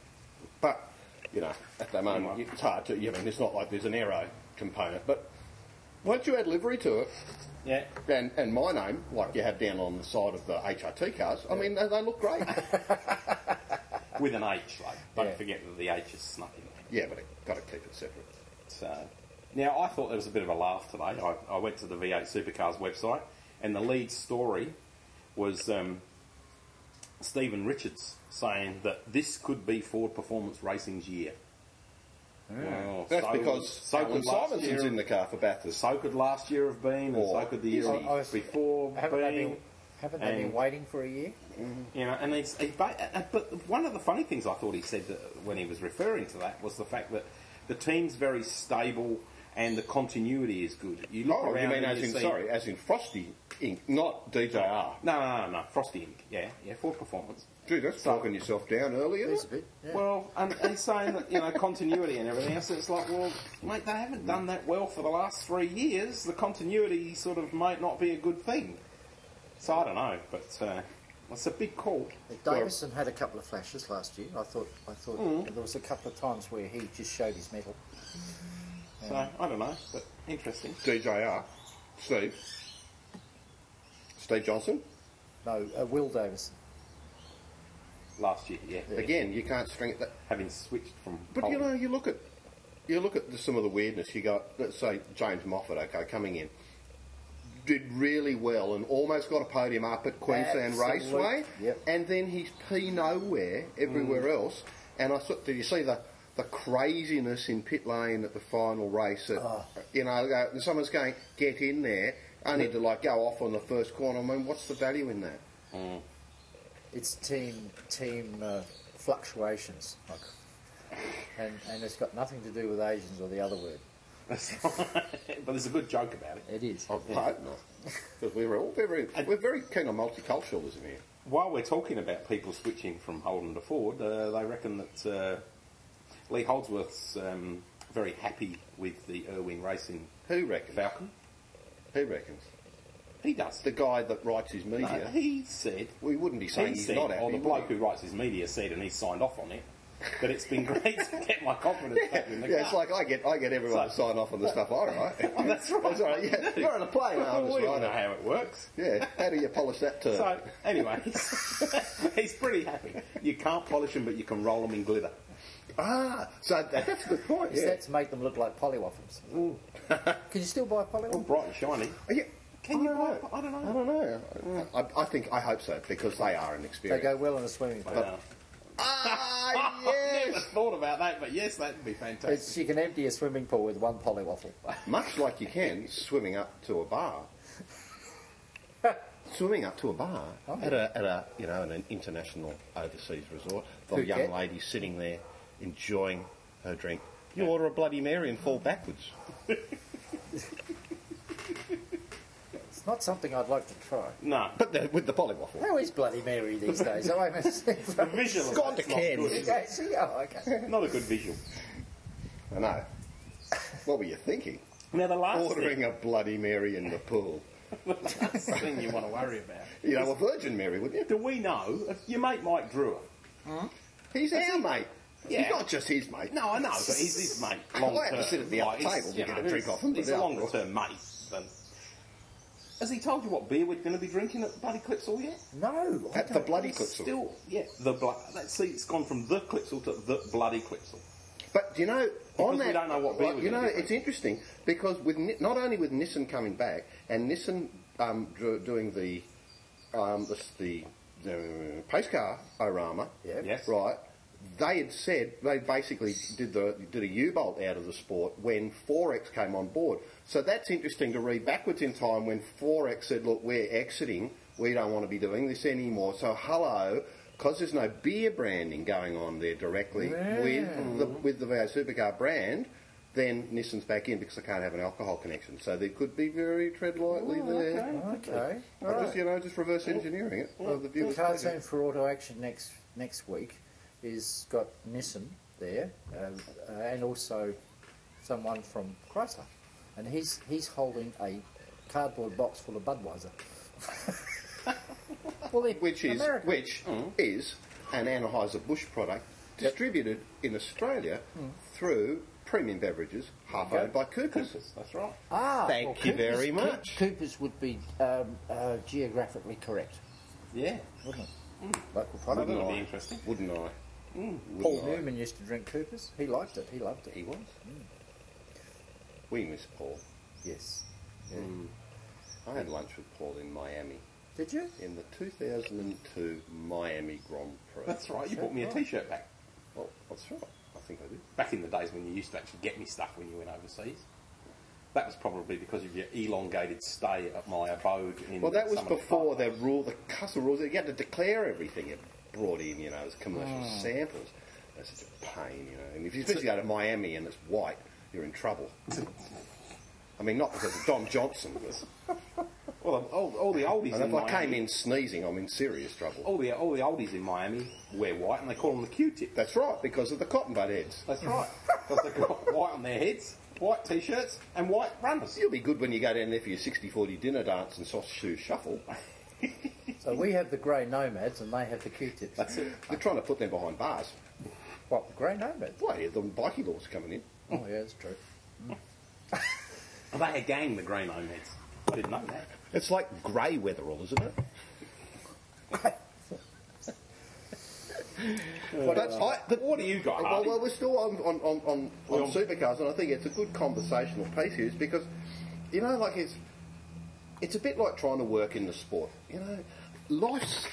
S6: But you know, at the moment it's hard to. I mean, it's not like there's an aero component, but once you add livery to it,
S5: yeah.
S6: and, and my name, like you have down on the side of the HRT cars, I mean, they, they look great.
S5: With an H, like, don't
S4: Yeah.
S5: forget that the H is snuck in there.
S6: yeah, but it got to keep it separate.
S5: So, now, I thought there was a bit of a laugh today. I, I went to the V8 Supercars website, and the lead story was um, Stephen Richards saying that this could be Ford Performance Racing's year.
S4: Ah.
S5: Well,
S6: That's
S5: so-
S6: because
S5: so
S6: Alan
S5: could last
S6: Simonson's
S5: year-
S6: in the car for Bathurst.
S5: So could last year have been, and
S6: Or-
S5: so could the year
S4: I- I was-
S5: before
S4: Haven't they
S5: been.
S4: been, haven't they been
S5: and-
S4: waiting for a year?
S5: You know, and he's, he, but, uh, but one of the funny things I thought he said that when he was referring to that was the fact that the team's very stable and the continuity is good. You look
S6: Oh,
S5: around
S6: you mean
S5: and
S6: as
S5: you
S6: in
S5: see-
S6: sorry, as in Frosty Inc., not DJR?
S5: No, no, no, no, Frosty Inc. Yeah, yeah, Ford Performance.
S6: Gee, that's talking yourself down earlier.
S4: There's a bit. Yeah.
S5: Well, and, and saying that you know continuity and everything else, it's like, well, mate, they haven't done that well for the last three years. The continuity sort of might not be a good thing. So I don't know, but uh, it's a big call.
S4: Davison had a couple of flashes last year. I thought. I thought
S5: Mm.
S4: there was a couple of times where he just showed his metal.
S5: So I don't know, but interesting.
S6: DJR, Steve, Steve Johnson.
S4: No, uh, Will Davison.
S5: Last year, yeah.
S6: Again, you can't string it. That,
S5: having switched from.
S6: But you
S4: Oh.
S5: Holden.
S6: know, you look at you look at the, some of the weirdness. You got let's say James Moffat, okay, coming in, did really well and almost got a podium up at Queensland
S4: Absolute-
S6: Raceway,
S4: yep. Mm.
S6: and then he's p nowhere everywhere else. And I thought, did you see the the craziness in pit lane at the final race? At,
S4: Ah.
S6: You know, uh, someone's going get in there. Only to like go off on the first corner. I mean, what's the value in that?
S4: It's team team uh, fluctuations, like, and and it's got nothing to do with Asians or the other word.
S5: but there's a good joke about it.
S4: It is.
S6: I hope not, because we're all very we're very keen on multiculturalism here.
S5: While we're talking about people switching from Holden to Ford, uh, they reckon that uh, Lee Holdsworth's um, very happy with the Irwin Racing
S6: Who reckons?
S5: Falcon.
S6: Who reckons?
S5: He does.
S6: The guy that writes his
S5: No,
S6: media.
S5: he said.
S6: we wouldn't be saying
S5: he
S6: he's
S5: said,
S6: not happy.
S5: or "Oh, the
S6: would
S5: bloke
S6: we?
S5: who writes his media said, and he signed off on it. That it's been great to get my confidence back in the
S6: yeah, it's
S5: car.
S6: like I get I get everyone to
S5: So-
S6: sign off on the stuff I write.
S5: Oh, that's right.
S6: That's right, yeah.
S5: You do.
S6: You're on a plane,
S5: We
S6: I'm just
S5: all
S6: riding.
S5: know how it works.
S6: yeah, how do you polish that term?
S5: So, anyway, he's pretty happy. You can't polish him, but you can roll him in glitter.
S6: ah, so that, that's a good point.
S4: Is
S6: Yeah.
S4: that to make them look like polywaffles? Can you still buy
S5: All
S4: polywaffles?
S5: bright and shiny.
S6: Yeah.
S5: Can you
S6: I don't
S5: buy-
S6: know.
S5: I don't know.
S6: I don't know. I, I think I hope so because they are an
S4: They
S6: experience.
S4: go well in a swimming pool.
S5: Yeah.
S6: ah,
S5: I never
S6: yes.
S5: thought about that, but yes, that would be fantastic.
S4: It's, you can empty a swimming pool with one polywaffle.
S6: Much like you can swimming up to a bar. swimming up to a bar
S5: Oh.
S6: at, a, at a you know an international overseas resort. The
S4: Phuket.
S6: young lady sitting there enjoying her drink. You order a Bloody Mary and fall backwards.
S4: It's not something I'd like to try.
S5: no.
S6: But the, with the polywaffle.
S4: How is Bloody Mary these days? I must say.
S5: The visual of
S6: Gone
S5: that's
S6: to
S5: not
S6: Cairns.
S5: good, is it?
S4: Okay, see, oh, okay.
S5: Not a good visual.
S6: I know. What were you thinking?
S5: Now, the last,
S6: Ordering a Bloody Mary in the pool.
S5: thing, the last thing you want to worry about.
S6: You know, a Virgin Mary, wouldn't you?
S5: Do we know, if your mate Mike Drewer?
S6: He's our mate.
S5: Yeah.
S6: He's not just his mate.
S5: No, I know, but he's his mate long
S6: I had
S5: term.
S6: to sit at the other
S5: he's-
S6: table to
S5: you
S6: get
S5: know,
S6: a drink
S5: he's-
S6: off him, but
S5: He's a
S6: yeah.
S5: longer term mate. than- has he told you what beer we're going to be drinking at the Bloody Clipsal yet?
S4: No. I
S6: At the
S4: don't-
S6: bloody Clipsal.
S5: Still, yeah, the blo- let's see, it's gone from the Clipsal to the Bloody Clipsal.
S6: But do you know,
S5: Because
S6: on
S5: we
S6: that,
S5: don't know what beer
S6: like,
S5: we're
S6: you know,
S5: gonna be
S6: it's interesting because with Ni- not only with Nissan coming back and Nissan um, dr- doing the um, the, the uh, pace car orama,
S4: Yep.
S5: Yes.
S6: right. they had said they basically did the did a U bolt out of the sport when Forex came on board. So that's interesting to read backwards in time when Forex said, "Look, we're exiting. We don't want to be doing this anymore." So hello, because there's no beer branding going on there directly with the with the VO Supercar brand. Then Nissan's back in because they can't have an alcohol connection, so there could be very tread lightly there.
S4: Okay.
S6: I'm just you know just reverse
S4: Oh.
S6: engineering it. of the
S4: The
S6: viewer's pleasure.
S4: cartoon for Auto Action next next week is got Nissen there, uh, uh, and also someone from Chrysler, and he's he's holding a cardboard box full of Budweiser. well, they're
S6: which is
S4: American.
S6: which
S4: Oh.
S6: is an Anheuser Busch product distributed in Australia
S4: Hmm.
S6: through Premium Beverages, half owned by Coopers.
S5: That's right.
S4: ah,
S6: Thank
S4: well,
S6: you
S4: Coopers-
S6: very
S4: Coop-
S6: much.
S4: Coopers would be um, uh, geographically correct,
S5: Yeah.
S4: wouldn't it? Local
S5: That
S4: product.
S5: would be interesting.
S6: Wouldn't I?
S4: Paul Newman used to drink Coopers. He liked it. He loved it.
S6: He was. We miss Paul.
S4: Yes.
S6: I had lunch with Paul in Miami
S4: Did you?
S6: in the 2002 Miami Grand Prix.
S5: That's right. You bought me a T-shirt back
S6: Well, that's right. I think I did.
S5: back in the days when you used to actually get me stuff when you went overseas. That was probably because of your elongated stay at my abode. In
S6: Well, that was
S5: Somerset
S6: before
S5: Park.
S6: the rule, the custom rules. You had to declare everything you brought in, you know, as commercial
S5: Hmm.
S6: samples. That's such a pain, you know. And if you especially go to Miami and it's white, you're in trouble. I mean, not because of Don Johnson, but
S5: Well, all, all the oldies.
S6: and
S5: in
S6: if I came
S5: Miami- Oh.
S6: in sneezing, I'm in serious trouble.
S5: All the all the oldies in Miami wear white, and they call them the Q-tip.
S6: That's right, because of the cotton bud heads.
S5: That's right. Because they've got white on their heads, white T-shirts, and white runners.
S6: You'll be good when you go down there for your 60-40 dinner dance and sausage shoe shuffle.
S4: So we have the grey nomads, and they have the Q-tips.
S5: That's it.
S6: They're trying to put them behind bars.
S4: What the grey nomads?
S6: Why? The bikie laws coming in.
S4: Oh yeah, that's true.
S5: Are they a gang, the Grey Nomads? I didn't know that.
S10: It's like grey weatherall, isn't it?
S6: But I, the,
S5: What do you got,
S6: Well,
S5: Hardy?
S6: well, we're still on on, on, on,
S5: We're
S6: on
S5: on-
S6: supercars, and I think it's a good conversational piece here, is because you know, like it's it's a bit like trying to work in the sport. You know, life's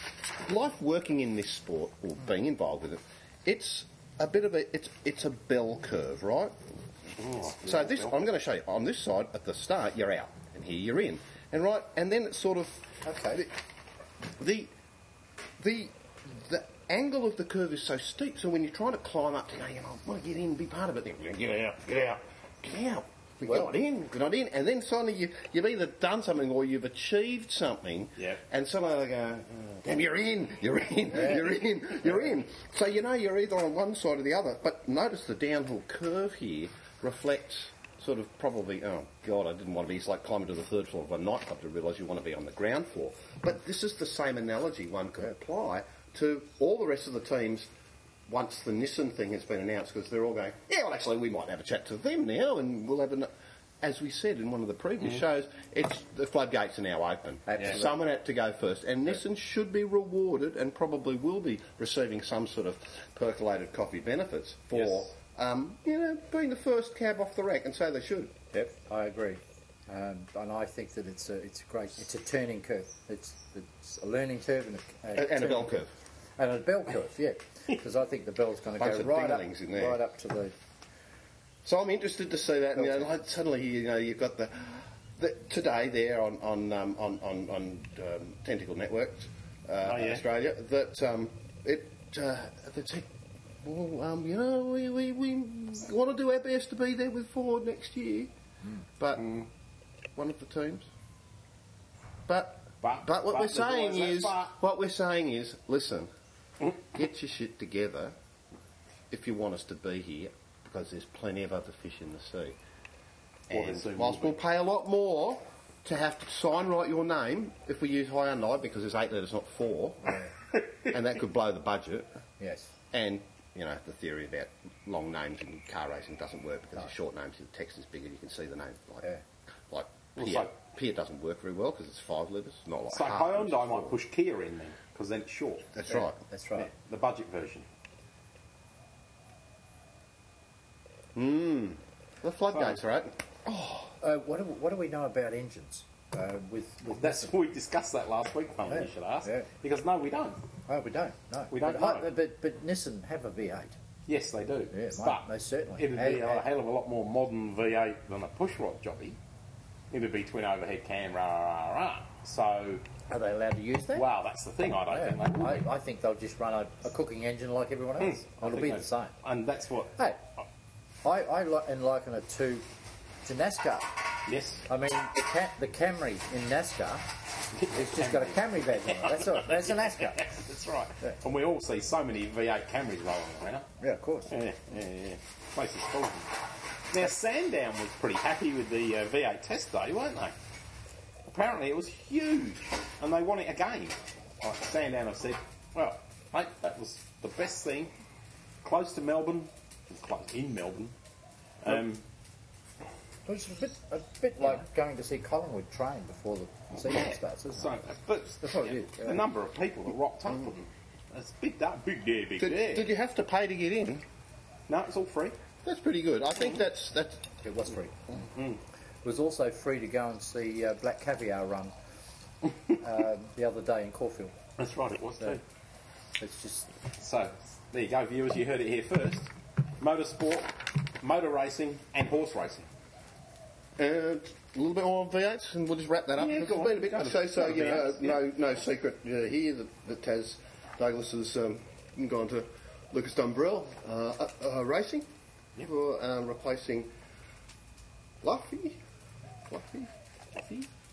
S6: life working in this sport or being involved with it. It's a bit of a it's it's a bell curve, right? so this I'm going to show you on this side at the start you're out, and here you're in, and right, and then it's sort of
S4: Okay.
S6: the the the angle of the curve is so steep. So when you're trying to climb up, you know, you want to get in, and be part of it. Then you get out, get out, get out. We're
S4: Well-
S6: not in, we're not in, and then suddenly you, you've either done something or you've achieved something,
S5: Yep.
S6: and somehow they go, "Oh, damn, you're in, you're in, you're in, you're in. So you know you're either on one side or the other, but notice the downhill curve here reflects sort of probably, oh God, I didn't want to be, it's like climbing to the third floor of a nightclub to realise you want to be on the ground floor. But this is the same analogy one could apply to all the rest of the teams once the Nissan thing has been announced, because they're all going, yeah, well, actually, we might have a chat to them now, and we'll have an. As we said in one of the previous shows, it's the floodgates are now open.
S4: Absolutely.
S6: Someone had to go first, and Nissan should be rewarded and probably will be receiving some sort of percolated coffee benefits for
S5: Yes.
S6: um, you know being the first cab off the rank, and so they should.
S4: Yep, I agree, um, and I think that it's a it's a great it's a turning curve. It's it's a learning curve and a,
S6: And a bell
S4: turning-
S6: curve.
S4: and a bell curve. Yeah, because I think the bell's going to
S6: Bunch
S4: go
S6: of
S4: right up,
S6: dinglings in there.
S4: right up to the
S6: So I'm interested to see that. And, you know,
S4: Okay.
S6: like, suddenly, you know, you've got the, the today there on on um, on on, on um, Tentacle Networks uh,
S5: yeah.
S6: Australia that um, it uh, that said, well, um, you know, we, we, we want to do our best to be there with Ford next year, but
S5: Hmm.
S6: one of the teams. But
S5: But-
S6: but, what
S5: but
S6: we're
S5: there's
S6: saying
S5: always that
S6: is
S5: but.
S6: what we're saying is listen, get your shit together if you want us to be here, because there's plenty of other fish in the sea.
S5: Well, there
S6: And
S5: soon
S6: whilst
S5: will
S6: we'll
S5: be.
S6: pay a lot more to have to sign right your name if we use Hyundai, because there's eight letters, not four, and that could blow the budget.
S4: yes.
S6: And you know the theory about long names in car racing doesn't work because the short names, the text is bigger, you can see the name. Like,
S4: Yeah.
S6: like
S5: Well,
S6: Pierre,
S5: so-
S6: Pierre doesn't work very well because it's five letters, not like
S5: So
S6: half, which is
S5: Hyundai
S6: four.
S5: might push Kia in then, because then it's short.
S6: That's
S4: Yeah,
S6: right.
S4: That's right.
S5: The budget version.
S6: The floodgates, right?
S4: Uh, what do, what do we know about engines? uh, with, with
S5: That's we discussed that last week, mate.
S4: Yeah,
S5: You should ask
S4: yeah.
S5: because no, we don't.
S4: Oh, we don't. No,
S5: We don't
S4: But,
S5: know.
S4: but- but but Nissan have a V8.
S5: Yes, they do.
S4: Yeah, mate,
S5: but
S4: most certainly.
S5: It'd
S4: Hey,
S5: be a
S4: hey.
S5: hell of a lot more modern V8 than a pushrod jobby. It'd be twin overhead cam, rah rah rah. rah. So,
S4: Are they allowed to use that?
S5: wow, that's the thing. I don't
S4: Yeah.
S5: think they would. Hmm,
S4: I, I think they'll just run a, a cooking engine like everyone else.
S5: I
S4: It'll
S5: think
S4: be
S5: they-
S4: the same.
S5: And that's what.
S4: Hey, I, I li- and liken it to, to NASCAR.
S5: Yes.
S4: I mean, the, ca- the Camry in NASCAR, it's just got a Camry badge on it. That's all. That's a NASCAR.
S5: That's right.
S4: Yeah.
S5: And we all see so many V8 Camrys rolling around.
S4: Yeah, of course.
S5: Yeah, yeah, yeah. Place is full of them. Now, Sandown was pretty happy with the uh, V8 test day, weren't they? Apparently, it was huge, and they won it again. Like Sandown have said, well, mate, that was the best thing. Close to Melbourne, close in Melbourne. Um,
S4: It's a bit, a bit like going to see Collingwood train before the season starts, isn't it?
S5: so, but
S4: That's what it
S5: yeah,
S4: is, yeah. Mm.
S5: the number of people that rocked up, and it's big, that big day, big
S10: Did,
S5: day.
S10: did you have to pay to get in?
S5: No, it's all free.
S10: That's pretty good. I
S5: Mm-hmm.
S10: think that's that's
S4: It was free. It was also free to go and see uh, Black Caviar run um, the other day in Caulfield.
S5: That's right, it was too.
S4: It's just
S5: So there you go, viewers. You heard it here first. Motorsport, motor racing, and horse racing.
S10: uh, a little bit more on V8s, and we'll just wrap that up.
S5: Yeah,
S10: It's
S5: go on.
S10: been a bit-
S5: Go on.
S6: So, so you
S5: Go
S6: know,
S5: on, yeah.
S6: no, no secret uh, here that, that Taz Douglas has um, gone to Lucas Dumbrell uh, uh, uh, Racing for um, replacing Luffy. Luffy?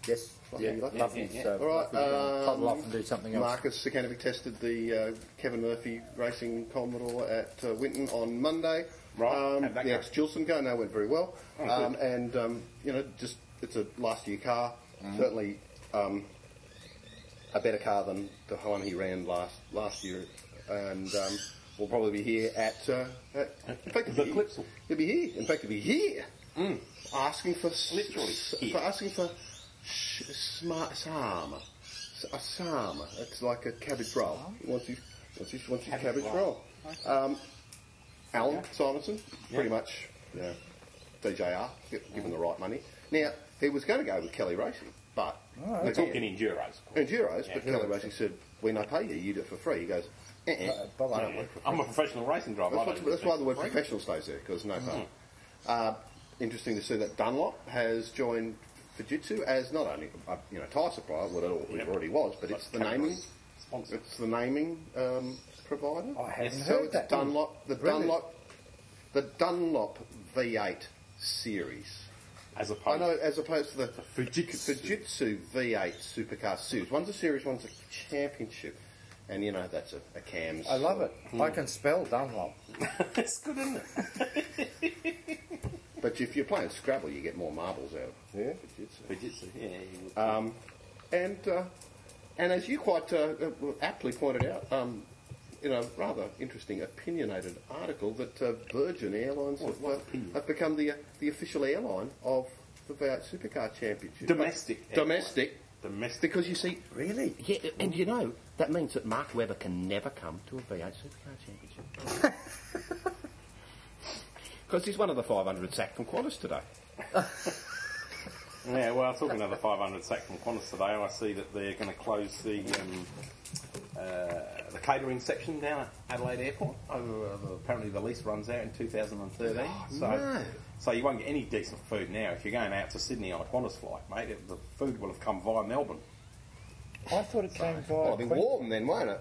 S4: yes,
S6: Luffy,
S4: yeah,
S6: Luffy.
S4: lovely.
S5: yeah, yeah.
S4: So
S6: All right,
S4: lovely
S5: uh,
S4: to
S6: um,
S4: Huddle off and do something else.
S6: Marcus Sikanovic tested the uh, Kevin Murphy Racing Commodore at uh, Winton on Monday.
S5: Right,
S6: Um,
S5: how'd that
S6: the
S5: go?
S6: ex Gilson car now went very well.
S5: Oh,
S6: um,
S5: good.
S6: and, um, you know, just it's a last year car.
S5: Mm.
S6: Certainly um, a better car than the one he ran last last year. And um, will probably be here at. Uh, at in fact,
S5: The
S6: he'll be,
S5: Clipsal.
S6: he'll be here. In fact, he'll be here. Asking for. s-
S5: Hmm. Literally
S6: s-
S5: here.
S6: For asking for sh- smart sarma. S- A sarma. It's like a cabbage roll. Once you once you once you
S5: Cabbage
S6: cabbage roll.
S5: roll.
S6: Um, Alan Simonson, pretty
S5: Yeah.
S6: much. Yeah. DJR, gi- given the right money. Now he was going to go with Kelly Racing, but
S5: We're
S6: again,
S5: talking enduros. of course.
S6: enduros.
S5: Yeah.
S6: but Kelly Racing said, "We no pay you. You do it for free." He goes, eh
S4: Bob, I don't
S5: Yeah.
S4: work for
S5: I'm a professional racing driver.
S6: that's,
S5: I
S6: what,
S5: don't
S6: that's
S5: do
S6: why the word
S5: things.
S6: professional stays there because
S4: Hmm.
S6: no fun. Uh, interesting to see that Dunlop has joined Fujitsu as not only a you know tire supplier, what it al- it
S5: Yep.
S6: already was, but it's the naming.
S5: Sponsor.
S6: It's the naming um, provider.
S4: I haven't
S6: so
S4: heard
S6: it's
S4: that.
S6: Dunlop, the
S4: Brilliant.
S6: Dunlop, the Dunlop V8 series.
S5: As
S6: I
S5: opposed
S6: know, as opposed to the
S5: Fujitsu.
S6: Fujitsu V8 supercar series. One's a series, one's a championship, and you know that's a, a cams.
S4: I love it. I can spell Dunlop.
S5: it's good, isn't it?
S6: But if you're playing Scrabble, you get more marbles out. Yeah.
S5: Fujitsu, yeah. you
S6: Uh,
S5: would-
S6: And uh, and as you quite uh, uh, aptly pointed out, um, in a rather interesting opinionated article, that uh, Virgin Airlines have, uh, have become the uh, the official airline of the V8 Supercar Championship.
S5: Domestic
S6: But- domestic.
S5: Domestic.
S6: Because you see, really, yeah, and you know that means that Mark Webber can never come to a V8 Supercar Championship because he's one of the 500 sacked from Qantas today.
S5: Yeah, well, talking of the 500 sack from Qantas today, I see that they're going to close the um, uh, the catering section down at Adelaide Airport. Over, uh, apparently, the lease runs out in 2013, so
S6: Oh, no.
S5: so you won't get any decent food now. If you're going out to Sydney on a Qantas flight, mate, it, the food will have come via Melbourne.
S4: I thought it came via.
S6: Well, it'll be warm then, won't it?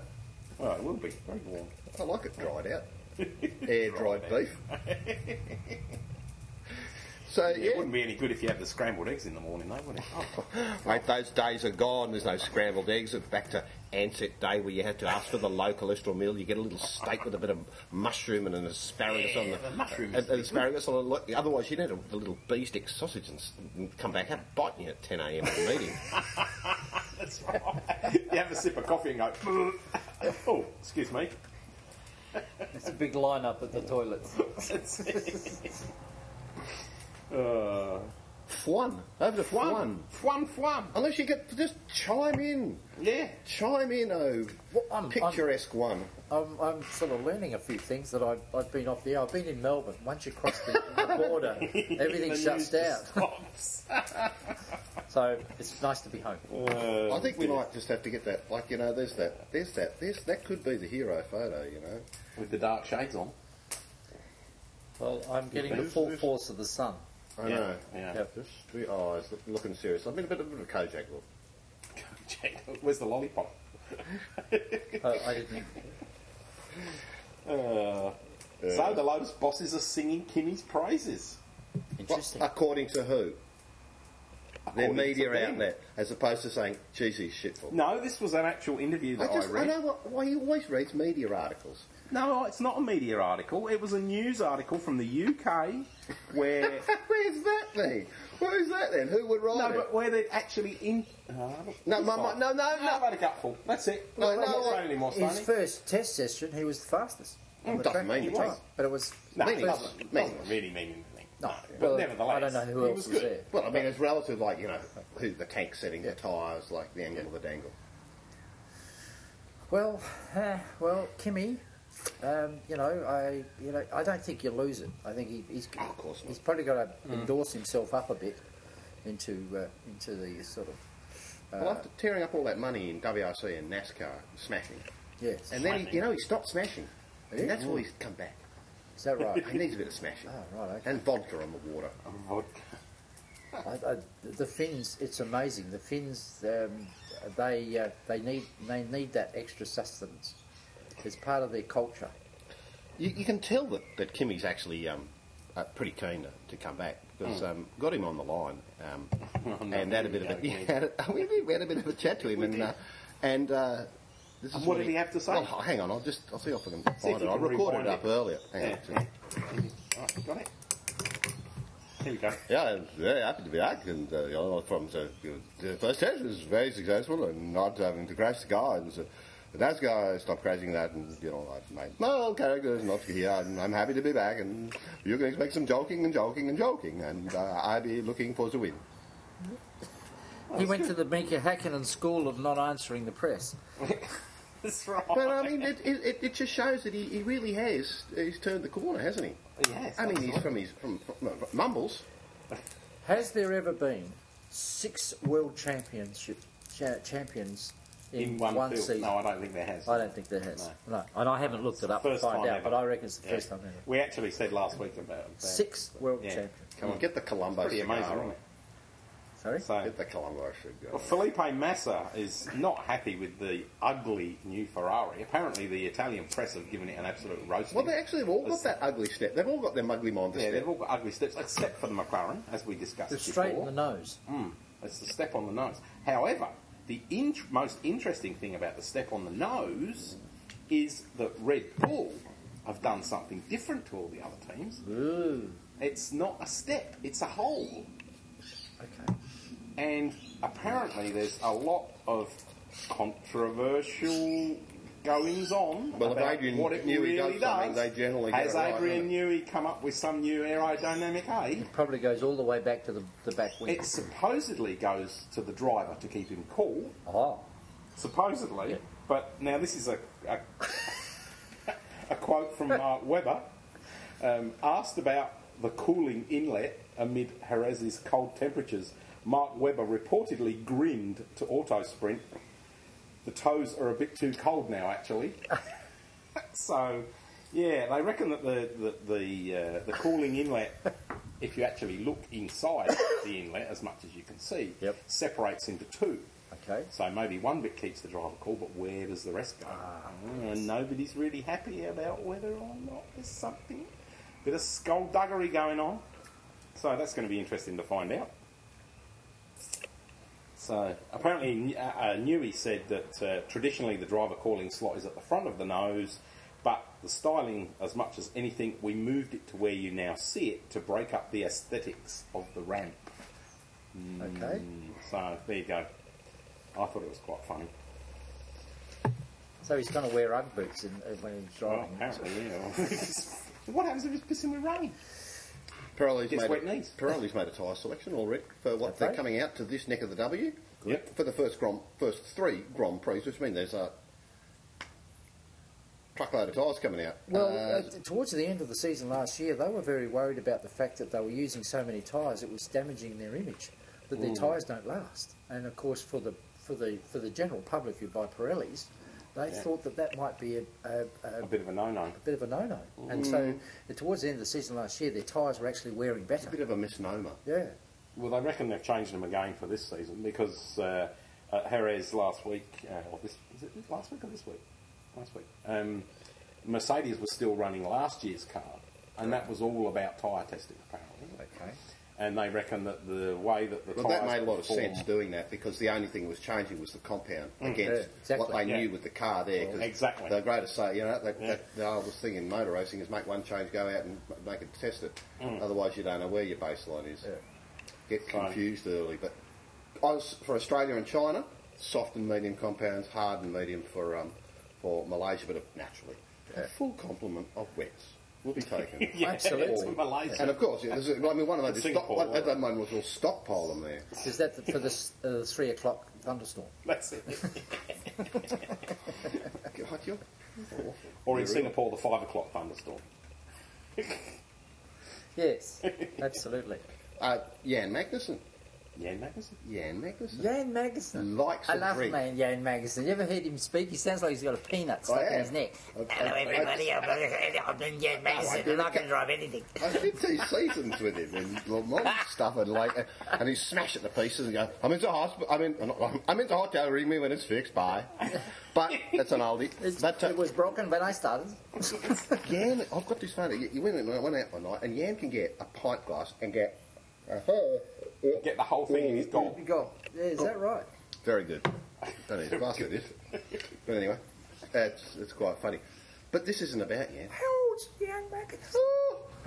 S5: Well, it will be very warm.
S6: I like it dried out. Air dried beef. so yeah,
S5: It wouldn't be any good if you had the scrambled eggs in the morning, though, would it? Oh,
S10: Mate, those days are gone. There's no scrambled eggs. It's back to Anzac Day where you had to ask for the low cholesterol meal. You get a little steak with a bit of mushroom and an asparagus
S5: Yeah,
S10: on the,
S5: the mushroom
S10: and,
S5: is
S10: and
S5: good.
S10: asparagus on a lo- Otherwise, you'd have a, the little bee stick sausage and, s- and come back up biting you at 10 a.m. at the meeting.
S5: That's right. you have a sip of coffee and go, oh, excuse me.
S4: It's a big line up at the toilets.
S5: That's it. Uh,
S10: F1. Over to F1.
S5: Fwan, fwan.
S10: Unless you get just chime in,
S5: Yeah.
S10: chime in, oh,
S4: Well, I'm- I'm-
S10: picturesque one.
S4: I'm, I'm sort of learning a few things that I've, I've been off the air. I've been in Melbourne. Once you cross the, the border, everything
S5: The
S4: shuts
S5: news
S4: down.
S5: just stops.
S4: So it's nice to be home.
S5: Uh,
S6: I think we might just have to get that. Like you know, there's that, there's that, there's that could be the hero photo. You know,
S5: With the dark shades on.
S4: Well, I'm getting the full force of the sun.
S10: I
S5: Yeah,
S10: know.
S5: yeah.
S4: Yep.
S10: Just the eyes look, looking serious. I mean, a bit, a bit of a Kojak look.
S5: Jade, Where's the lollipop?
S4: Uh, I didn't.
S5: Uh, so the Lotus bosses are singing Kimmy's praises.
S4: Interesting.
S6: according to who? Their
S5: According to
S6: media
S5: them.
S6: outlet, as opposed to saying, "Geez, he's shitful."
S5: No, this was an actual interview
S6: I
S5: that I,
S6: just, I,
S5: read.
S6: know what, why he always reads media articles.
S5: No, it's not a media article. It was a news article from the UK where.
S6: Where's that then? Where's that then? Who would write
S5: No,
S6: it?
S5: but where they actually in. Oh,
S6: No, my- my- no, no, no.
S5: I've had a gutful. That's it.
S6: No,
S5: No, no,
S6: no,
S5: no,
S6: what-
S5: anymore,
S4: His
S5: Stoney.
S4: first test session, he was the fastest. on the
S6: Oh, doesn't
S4: track
S6: mean
S4: at the
S6: anything.
S4: time. But it was.
S5: No, it
S4: first-
S5: doesn't, it doesn't really mean anything.
S4: No,
S5: but
S4: well,
S5: nevertheless,
S4: I don't know who
S5: he
S4: else was,
S5: was good.
S4: there.
S6: well, I mean, it's relative, like you know, who the tank setting the tyres, like the angle of the dangle.
S4: Well, uh, well, Kimmy, um, you know, I, you know, I don't think you lose it. I think he, he's,
S6: Oh, of course not.
S4: he's probably got to endorse himself up a bit into uh, into the sort of
S6: well, after tearing up all that money in WRC and NASCAR, smashing,
S4: yes.
S6: and then he, you know he stopped smashing, and that's why he's come back.
S4: Is that right?
S6: He needs a bit of smashing.
S10: Ah.
S4: oh, right. Okay.
S6: And vodka on the water.
S5: Vodka.
S4: I, I, the Finns, it's amazing. The Finns, um, they uh, they need they need that extra sustenance. It's part of their culture.
S10: You, you can tell that, that Kimmy's actually um, uh, pretty keen to, to come back because
S6: Hmm.
S10: um, got him on the line um, and had a bit of a, yeah, had a- we, did, we had a bit of a chat to him and uh, and uh, this is
S5: And what did he have to say?
S10: Well, hang on, I'll just I'll see if I can
S5: See if
S10: find it.
S5: you
S10: I
S5: can
S10: recorded
S5: rewind
S10: it up
S5: it.
S10: earlier. Hang
S5: Yeah.
S10: on. Yeah.
S5: Right, got it. Here we go.
S10: Yeah, I'm very happy to be back, and uh, you know, from the, the first test was very successful, and not having to crash the car. And so, the NASCAR guy stopped crashing that, and you know, I've made my own characters not here, and I'm happy to be back, and you can expect some joking and joking and joking, and uh, I'll be looking for the win.
S4: he went to the Mika Hakkinen School of Not Answering the Press.
S5: That's right.
S6: But I mean, it, it, it- it just shows that he, he really has. He's turned the corner, hasn't he?
S5: Yes,
S6: I mean,
S5: absolutely.
S6: he's from his from, from Mumbles.
S4: Has there ever been six world championship cha- champions in,
S5: in one, field.
S4: season?
S5: No, I don't think there has.
S4: I don't think there has. No. and I haven't looked it up
S5: First
S4: to find
S5: time
S4: out,
S5: ever.
S4: but I reckon it's the
S5: Yeah.
S4: first time ever.
S5: We actually said last week about that.
S4: Six world
S5: Yeah.
S4: champions.
S6: Come on, get the Colombo
S5: Pretty
S6: cigar
S5: amazing,
S6: on.
S5: isn't it?
S4: Sorry.
S5: So,
S6: Get the Colombo cigar.
S5: well,
S6: on.
S5: Felipe Massa is not happy with the ugly new Ferrari. Apparently, the Italian press have given it an absolute roasting.
S6: Well, they actually have all got
S5: Let's-
S6: that ugly step. They've all got their mugly mind
S5: Yeah,
S6: step.
S5: they've all got ugly steps, except for the McLaren, as we discussed
S4: They're
S5: before.
S4: straight in the nose.
S5: Mm, it's the step on the nose. However, the in- most interesting thing about the step on the nose is that Red Bull have done something different to all the other teams. It's not a step, it's a hole.
S4: Okay.
S5: And apparently, there's a lot of controversial goings on
S6: Well, if
S5: about
S6: Adrian
S5: what it
S6: Newey does
S5: really
S6: something, they generally get
S5: Has
S6: it right,
S5: Adrian Newey come up with some new aerodynamic aid?
S4: Probably goes all the way back to the, the back wing.
S5: It supposedly goes to the driver to keep him cool,
S4: oh.
S5: supposedly.
S4: Yeah.
S5: But now this is a a, a quote from Mark Webber, um, asked about the cooling inlet amid Jerez's cold temperatures. Mark Webber reportedly grinned to Autosprint. The toes are a bit too cold now, actually. so, yeah, they reckon that the the the, uh, the cooling inlet, if you actually look inside the inlet as much as you can see,
S4: Yep.
S5: separates into two.
S4: Okay.
S5: So maybe one bit keeps the driver cool, but where does the rest go?
S4: Ah,
S5: and nobody's really happy about whether or not there's something. Bit of skullduggery going on. So that's going to be interesting to find out. So apparently, uh, uh, Newey said that uh, traditionally the driver calling slot is at the front of the nose, but the styling, as much as anything, we moved it to where you now see it to break up the aesthetics of the ramp. Mm.
S4: Okay.
S5: So there you go. I thought it was quite funny.
S4: So he's going to wear UGG boots in, uh, when he's
S5: Well,
S4: driving.
S5: apparently, yeah. what happens if it's pissing with rain?
S6: Pirelli's
S5: Gets
S6: made
S5: wet
S6: a,
S5: knees.
S6: Pirelli's made a tyre selection already for what
S7: they?
S6: they're coming out to this neck of the W
S5: Yep.
S6: for the first Grand, first three Grand Prix, which means there's a truckload of tyres coming out.
S4: Well,
S6: Uh,
S4: uh, t- towards the end of the season last year, they were very worried about the fact that they were using so many tyres, it was damaging their image, that their tyres don't last. And of course, for the for the for the general public who buy Pirellis, they thought that that might be a, a, a,
S5: A bit of a no-no.
S4: bit of a no-no. And so, uh, towards the end of the season last year, their tyres were actually wearing better.
S6: a bit of a misnomer.
S4: yeah.
S5: Well, they reckon they've changed them again for this season because uh, at Jerez last week, uh, or this is it last week or this week? Last week, um, Mercedes was still running last year's car, and that was all about tyre testing apparently.
S4: Okay.
S5: And they reckon that the way that the
S6: Well, that
S5: tyres
S6: made a lot of
S5: perform-
S6: sense doing that because the only thing that was changing was the compound against
S4: Yeah, exactly.
S6: what they
S5: Mm, Yeah.
S6: knew with the car there. 'cause
S5: Exactly.
S6: They're great to say, you know, that,
S5: Yeah.
S6: that, the oldest thing in motor racing is make one change, go out and m- make it test it. Otherwise, you don't know where your baseline is. Get
S5: Mm. Fine.
S6: confused early. But I was for Australia and China, soft and medium compounds, hard and medium for um, for Malaysia, but naturally. A full complement of wets will be taken.
S5: Yeah,
S4: Absolutely.
S5: to Malaysia.
S6: And of course, yeah, there's a- well, I mean, one of them just stock,
S5: Singapore,
S6: one,
S5: wasn't it?
S6: that one was all stockpile them there.
S4: Is that the, for the s- uh, three o'clock thunderstorm?
S5: That's it.
S6: God, you're awful.
S5: Or in Singapore, the five o'clock thunderstorm.
S4: Yes, absolutely.
S6: Uh, Jan Magnussen.
S5: Yeah, Magnuson.
S6: Jan Magnussen.
S4: Jan Magnuson.
S6: Likes
S4: I
S6: a
S4: love
S6: drink.
S4: man Jan Magnuson. You ever heard him speak? He sounds like he's got a peanut
S6: I
S4: stuck in
S6: have.
S4: his neck.
S6: I-
S4: Hello, Oh,
S6: I-
S4: everybody. I'm I'm Jan Magnuson. I'm not going to drive anything.
S6: I did two seasons with him and all my stuff and like, uh, and he smash it to pieces and go, I'm into hospital, I'm, in, not- I'm into hotel, ring me when it's fixed, bye. But that's an oldie.
S4: It's-
S6: But uh,
S4: it was broken when I started.
S6: Jan, I've got this photo. You you went, in, I went out one night and Jan can get a pint glass and get a whole.
S5: Get the whole thing in his gob.
S4: Go. Yeah, is that right?
S6: Very good. Don't need to pass it, is. But anyway, it's, it's quite funny. But this isn't about Jan.
S4: Huge Jan Magnuson.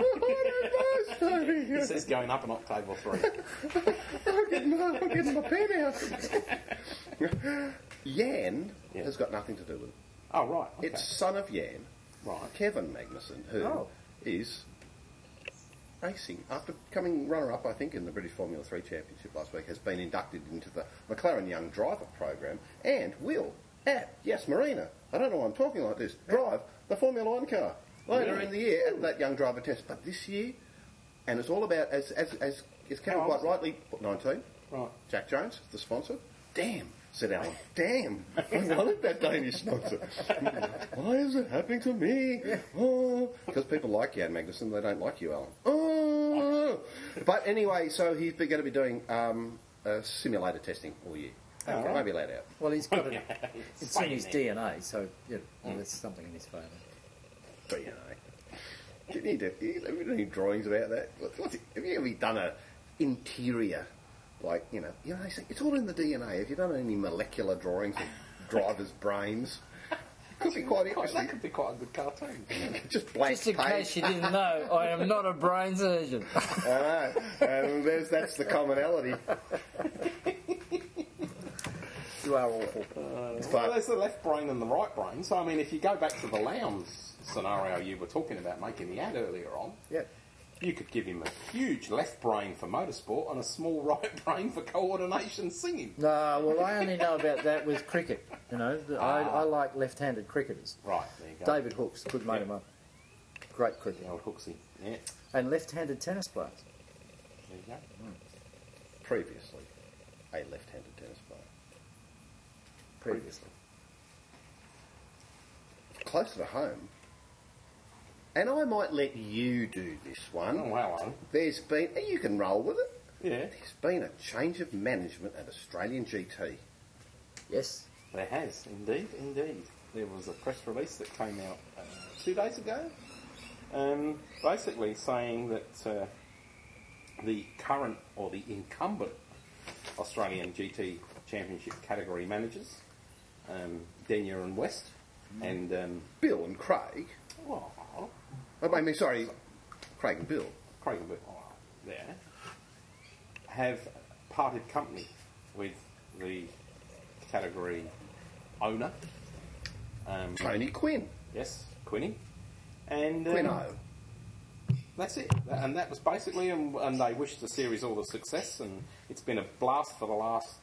S6: Oh, I don't know, Tony.
S5: He says going up an octave or three.
S6: I'm getting my, I'm getting my pen out. Yan
S5: Yeah.
S6: has got nothing to do with it.
S5: oh, right. Okay.
S6: It's son of Yan,
S5: Right.
S6: Kevin Magnuson, who is
S4: Oh.
S6: racing after coming runner-up, I think, in the British Formula Three Championship last week, has been inducted into the McLaren Young Driver Program and will at yes Marina. I don't know why I'm talking like this. Drive the Formula One car later in the year at that Young Driver Test, but this year, and it's all about as as as is Kevin
S5: How old
S6: quite
S5: is he?
S6: rightly put, nineteen.
S5: Right.
S6: Jack Jones, the sponsor. Damn, said Alan. Damn, I wanted that Danish sponsor. Why is it happening to me? Because people like Jan Magnussen, they don't like you, Alan. Oh. But anyway, so he's going to be doing um, uh, simulator testing all year. Okay. Won't be allowed out.
S4: Well, he's got it. It's in
S5: Fine,
S4: his
S5: then.
S4: DNA, so you know, there's something in his family.
S6: But you know, did he do? Have you done any drawings about that? What, what's it, have you ever done a interior, like you know, you know, they say it's all in the DNA. Have you done any molecular drawings of drivers' brains? Could be quite
S5: That
S6: interesting.
S5: could be quite a good cartoon.
S6: Just blank
S4: Just in
S6: page.
S4: case you didn't know, I am not a brain surgeon.
S6: I know. And Ah, um, there's that's the commonality.
S4: you are awful.
S5: Well,
S6: But
S5: there's the left brain and the right brain. So, I mean, if you go back to the Lowndes scenario you were talking about making the ad earlier on,
S4: Yep.
S5: you could give him a huge left brain for motorsport and a small right brain for coordination singing.
S4: No, well, I only know about that with cricket. You know, I, I like left-handed cricketers.
S5: Right, there you go.
S4: David Hooks, good mate of
S5: Yeah.
S4: mine. Great cricket.
S5: The old hooksy. Yeah,
S4: And left-handed tennis players.
S5: there you go.
S6: previously, a left-handed tennis player.
S4: previously.
S6: Closer to home. And I might let you do this one.
S5: Oh, wow,
S4: um.
S5: Alan.
S6: There's been, you can roll with it.
S5: Yeah,
S6: There's been a change of management at Australian GT.
S4: Yes.
S5: there has. Indeed, indeed. There was a press release that came out uh, two days ago, um, basically saying that uh, the current or the incumbent Australian GT Championship category managers, um, Denyer and West, and um,
S6: Bill and Craig.
S5: well,
S6: Oh, I mean, sorry, Craig and Bill.
S5: Craig and Bill are there, have parted company with the category owner. Um,
S6: Tony Quinn.
S5: Yes, Quinny. And um,
S6: Quinno.
S5: That's it. And that was basically, and, and they wished the series all the success, and it's been a blast for the last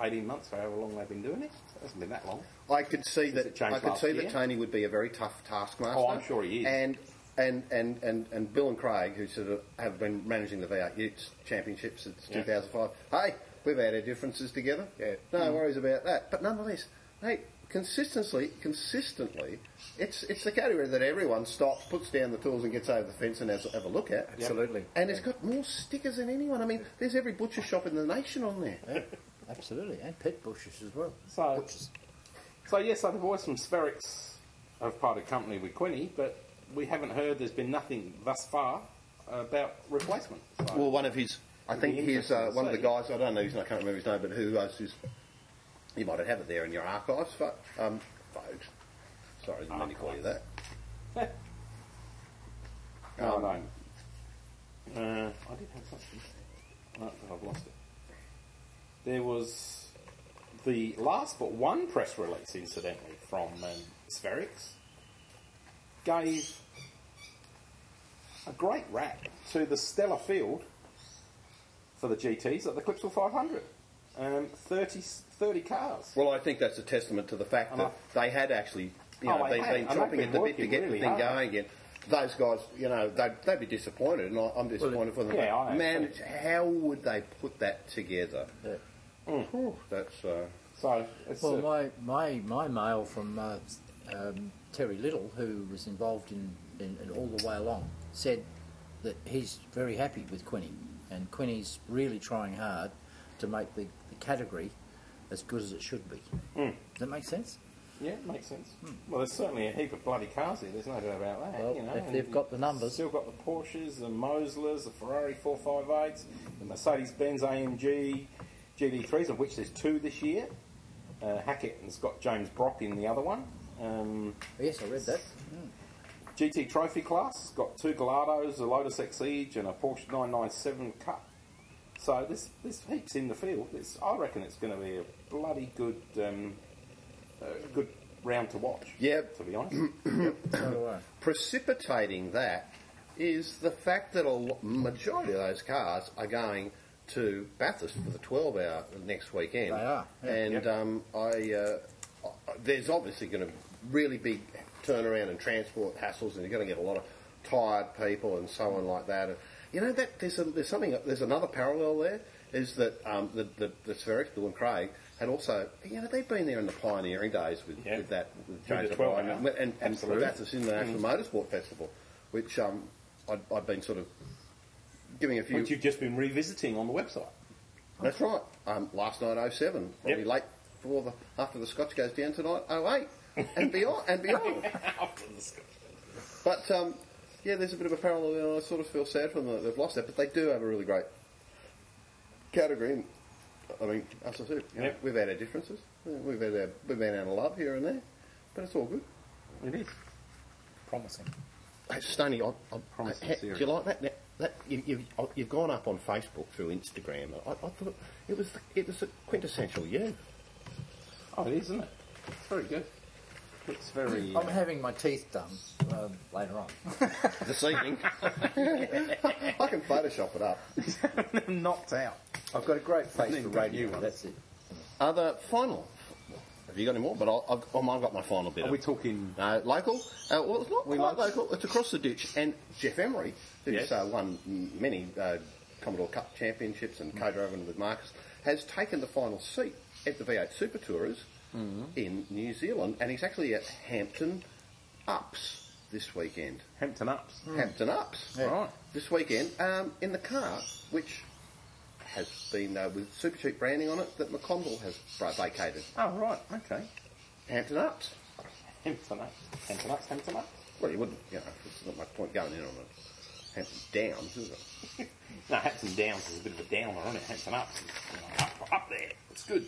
S5: 18 months, however long they've been doing it. It hasn't been that long.
S6: I could see
S5: it
S6: that.
S5: changed
S6: I could
S5: last
S6: see
S5: year?
S6: that Tony would be a very tough taskmaster.
S5: Oh, I'm sure he is.
S6: And and and and, and Bill and Craig, who sort of have been managing the V8 Utes Championships since 2005. Hey, we've had our differences together. Yeah. No
S5: Mm-hmm.
S6: worries about that. But nonetheless, hey. Consistently, consistently, it's it's the category that everyone stops, puts down the tools, and gets over the fence and has, have a look at.
S4: Absolutely.
S6: And it's got more stickers than anyone. I mean, there's every butcher shop in the nation on there.
S4: Absolutely, and pit bushes as well.
S5: So,
S4: Butchers.
S5: so yes, so the boys from Spherix have parted company with Quinny, but we haven't heard. There's been nothing thus far about replacement. So,
S10: Well, one of his.
S6: I think
S5: It'd be
S6: he's uh,
S5: interesting to
S6: one of the guys.
S5: see.
S6: I don't know. His, I can't remember his name, but who else is? You might have it there in your archives, fo- um, folks. Sorry, didn't mean to call you that.
S5: Oh, no, no. Uh, I did have something. Oh, No, I've lost it. There was the last but one press release, incidentally, from um, Spherix, gave a great rap to the stellar field for the GTs at the Clipsal 500. Um, 30, 30 cars.
S6: Well, I think that's a testament to the fact
S5: And
S6: that they had actually, you
S5: Oh,
S6: know,
S5: they
S6: they've
S5: had,
S6: been
S5: and they've
S6: chopping
S5: been
S6: at the bit to
S5: working
S6: get
S5: really
S6: the thing
S5: hard.
S6: going again. Those guys, you know, they'd, they'd be disappointed, and I- I'm disappointed for them.
S5: yeah, I am
S6: Man,
S5: too.
S6: it's- how would they put that together? Whew, that's uh,
S5: So it's
S4: Well,
S5: uh,
S4: my, my, my mail from uh, um, Terry Little, who was involved in, in, in all the way along, said that he's very happy with Quinny, and Quinny's really trying hard to make the, the category as good as it should be. Does that make sense?
S5: yeah, it makes sense. Well, there's certainly a heap of bloody cars here. There's no doubt about that.
S4: Hmm. Well,
S5: you know,
S4: if
S5: and
S4: they've got the numbers.
S5: still got the Porsches, the Moslers, the Ferrari 458s, the Mercedes-Benz AMG GD3s, of which there's two this year. Uh, Hackett has got James Brock in the other one. Um,
S4: Yes, I read that.
S5: GT Trophy class got two Galados, a Lotus Exige, and a Porsche 997 Cup. So there's there's heaps in the field. It's, I reckon it's going to be a bloody good um, a good round to watch.
S6: Yeah.
S5: to be honest.
S4: So uh, do I.
S6: precipitating that is the fact that a lo- majority of those cars are going to Bathurst for the 12 hour next weekend.
S4: They are, yeah.
S6: And
S5: Yep.
S6: um, I, uh, I- there's obviously going to be really big turnaround and transport hassles, and you're going to get a lot of tired people and so on like that. And, you know that there's a, there's something there's another parallel there is that um, the the, the Sverrick, Bill and Craig had also you know they've been there in the pioneering days with,
S5: Yeah.
S6: with that with
S5: the
S6: James
S5: 12
S6: O'Brien
S5: hour.
S6: and, and, and
S5: Absolutely. Mm.
S6: Bathurst International Motorsport Festival, which um, I'd, I'd been sort of giving a few.
S5: Which you've just been revisiting on the website.
S6: That's right. Um, last night, 07, probably
S5: Yep.
S6: late before the after the Scotch goes down tonight, 08, and beyond and beyond. But um, yeah, there's a bit of a parallel there, and I sort of feel sad for them that they've lost that, but they do have a really great category. And, I mean, as I said, you know,
S5: Yep.
S6: we've had our differences, we've had our, we've had our love here and there, but it's all good.
S5: It is.
S7: Promising.
S6: Hey, Stoney, I, I,
S5: Promise
S6: hey,
S5: it's
S6: do
S5: serious.
S6: you like that? Now, that you, you, I- you've gone up on Facebook through Instagram. I, I thought it was it was a quintessential you.
S5: Oh, it is, isn't it? It's very good. It's very.
S4: I'm having my teeth done um, later on.
S6: this evening. I can Photoshop it up.
S5: knocked out.
S4: I've got a great face
S5: Then
S4: for
S5: don't you
S4: radio.
S5: one.
S4: That's it.
S6: Other final. Have you got any more? But I'll, I've, oh, I've got my final bit.
S5: Are
S6: of-
S5: we talking?
S6: No, local. Uh, well, it's not
S5: We
S6: quite
S5: like-
S6: local. It's across the ditch. And Jeff Emery, who's
S5: Yes.
S6: uh, won m- many uh, Commodore Cup championships
S5: Mm-hmm.
S6: and co-driven with Marcus, has taken the final seat at the V8 Super Tourers
S5: Mm-hmm.
S6: in New Zealand, and he's actually at Hampton Ups this weekend.
S5: Hampton Ups.
S6: Hampton Ups.
S5: Hmm. Right.
S6: This weekend, um, in the car, which has been uh, with super cheap branding on it that McConville has bra- vacated.
S5: Oh, right. Okay.
S6: Hampton Ups.
S5: Hampton Ups. Hampton Ups. Hampton Ups.
S6: Well, you wouldn't, you know, there's not much point going in on it. Hampton Downs, is it?
S5: No, Hampton Downs is a bit of a downer, isn't it? Hampton Ups is you know, up, up there. It's good.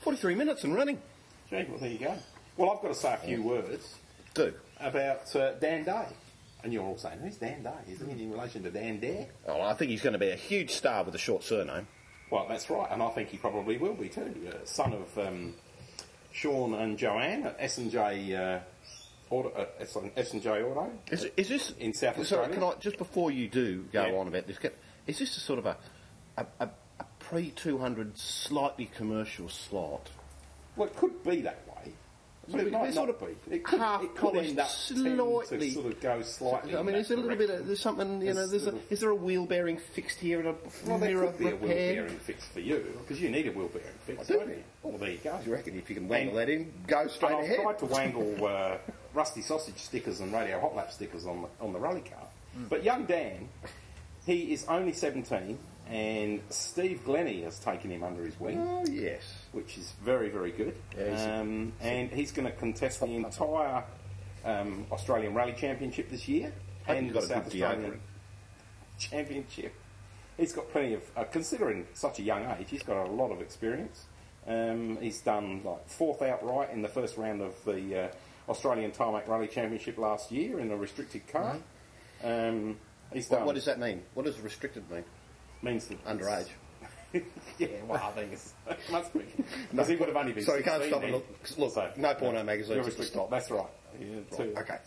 S6: 43 minutes and running.
S5: Gee, well, there you go. Well, I've got to say a few words
S6: Do.
S5: about uh, Dan Day. And you're all saying, who's Dan Day? Isn't he in relation to Dan Dare?
S6: Oh, I think he's going to be a huge star with a short surname.
S5: Well, that's right, and I think he probably will be too. Uh, son of um, Sean and Joanne at S&J uh, Auto, uh, it's an S and J Auto.
S10: Is, is this
S5: In South
S10: Sorry,
S5: Australia?
S10: can I just before you do go
S5: Yeah.
S10: on about this? Can, is this a sort of a a, a, a pre two hundred slightly commercial slot?
S5: Well, it could be that way, but it
S10: They're
S5: might
S10: sort
S5: not
S10: of
S5: be. It could,
S10: half
S5: it could end up tending
S10: slightly-
S5: to sort of go slightly.
S10: I
S5: in
S10: mean,
S5: that
S10: is there a little bit
S5: direction.
S10: of there's something you know?
S5: There's
S10: There's a,
S5: little-
S10: is there a wheel bearing fixed here and a
S5: Well, there
S10: mirror
S5: could be a wheel
S10: repair?
S5: bearing fix for you because you need a wheel bearing fix,
S10: do.
S5: don't you? Well, there you go.
S6: Do you reckon if you can wangle
S5: And-
S6: that in, go straight
S5: and I've
S6: ahead?
S5: tried to wangle uh, rusty sausage stickers and radio hot lap stickers on the, on the rally car. But young Dan, he is only 17, and Steve Glennie has taken him under his wing,
S6: Oh, yes.
S5: which is very, very good. um, and he's going to contest the entire um, Australian Rally Championship this year
S10: Hope
S5: and
S10: you've got
S5: the
S10: a
S5: South
S10: good
S5: Australian
S10: deodorant.
S5: Championship. He's got plenty of, uh, considering such a young age, he's got a lot of experience. Um, he's done like fourth outright in the first round of the uh, Australian Tarmac Rally Championship last year in a restricted car. Um, he's
S10: Mm-hmm. What,
S5: done.
S10: what does that mean? What does restricted mean?
S5: Means that it's-
S10: Underage.
S5: yeah, well, I think it's, it must be. Because he would have only been.
S10: So he can't
S5: 16
S10: stop and
S5: then.
S10: look- look, no porno magazines
S5: you're
S10: to
S5: restricted.
S10: stop.
S5: That's right. Yeah, two.
S10: okay.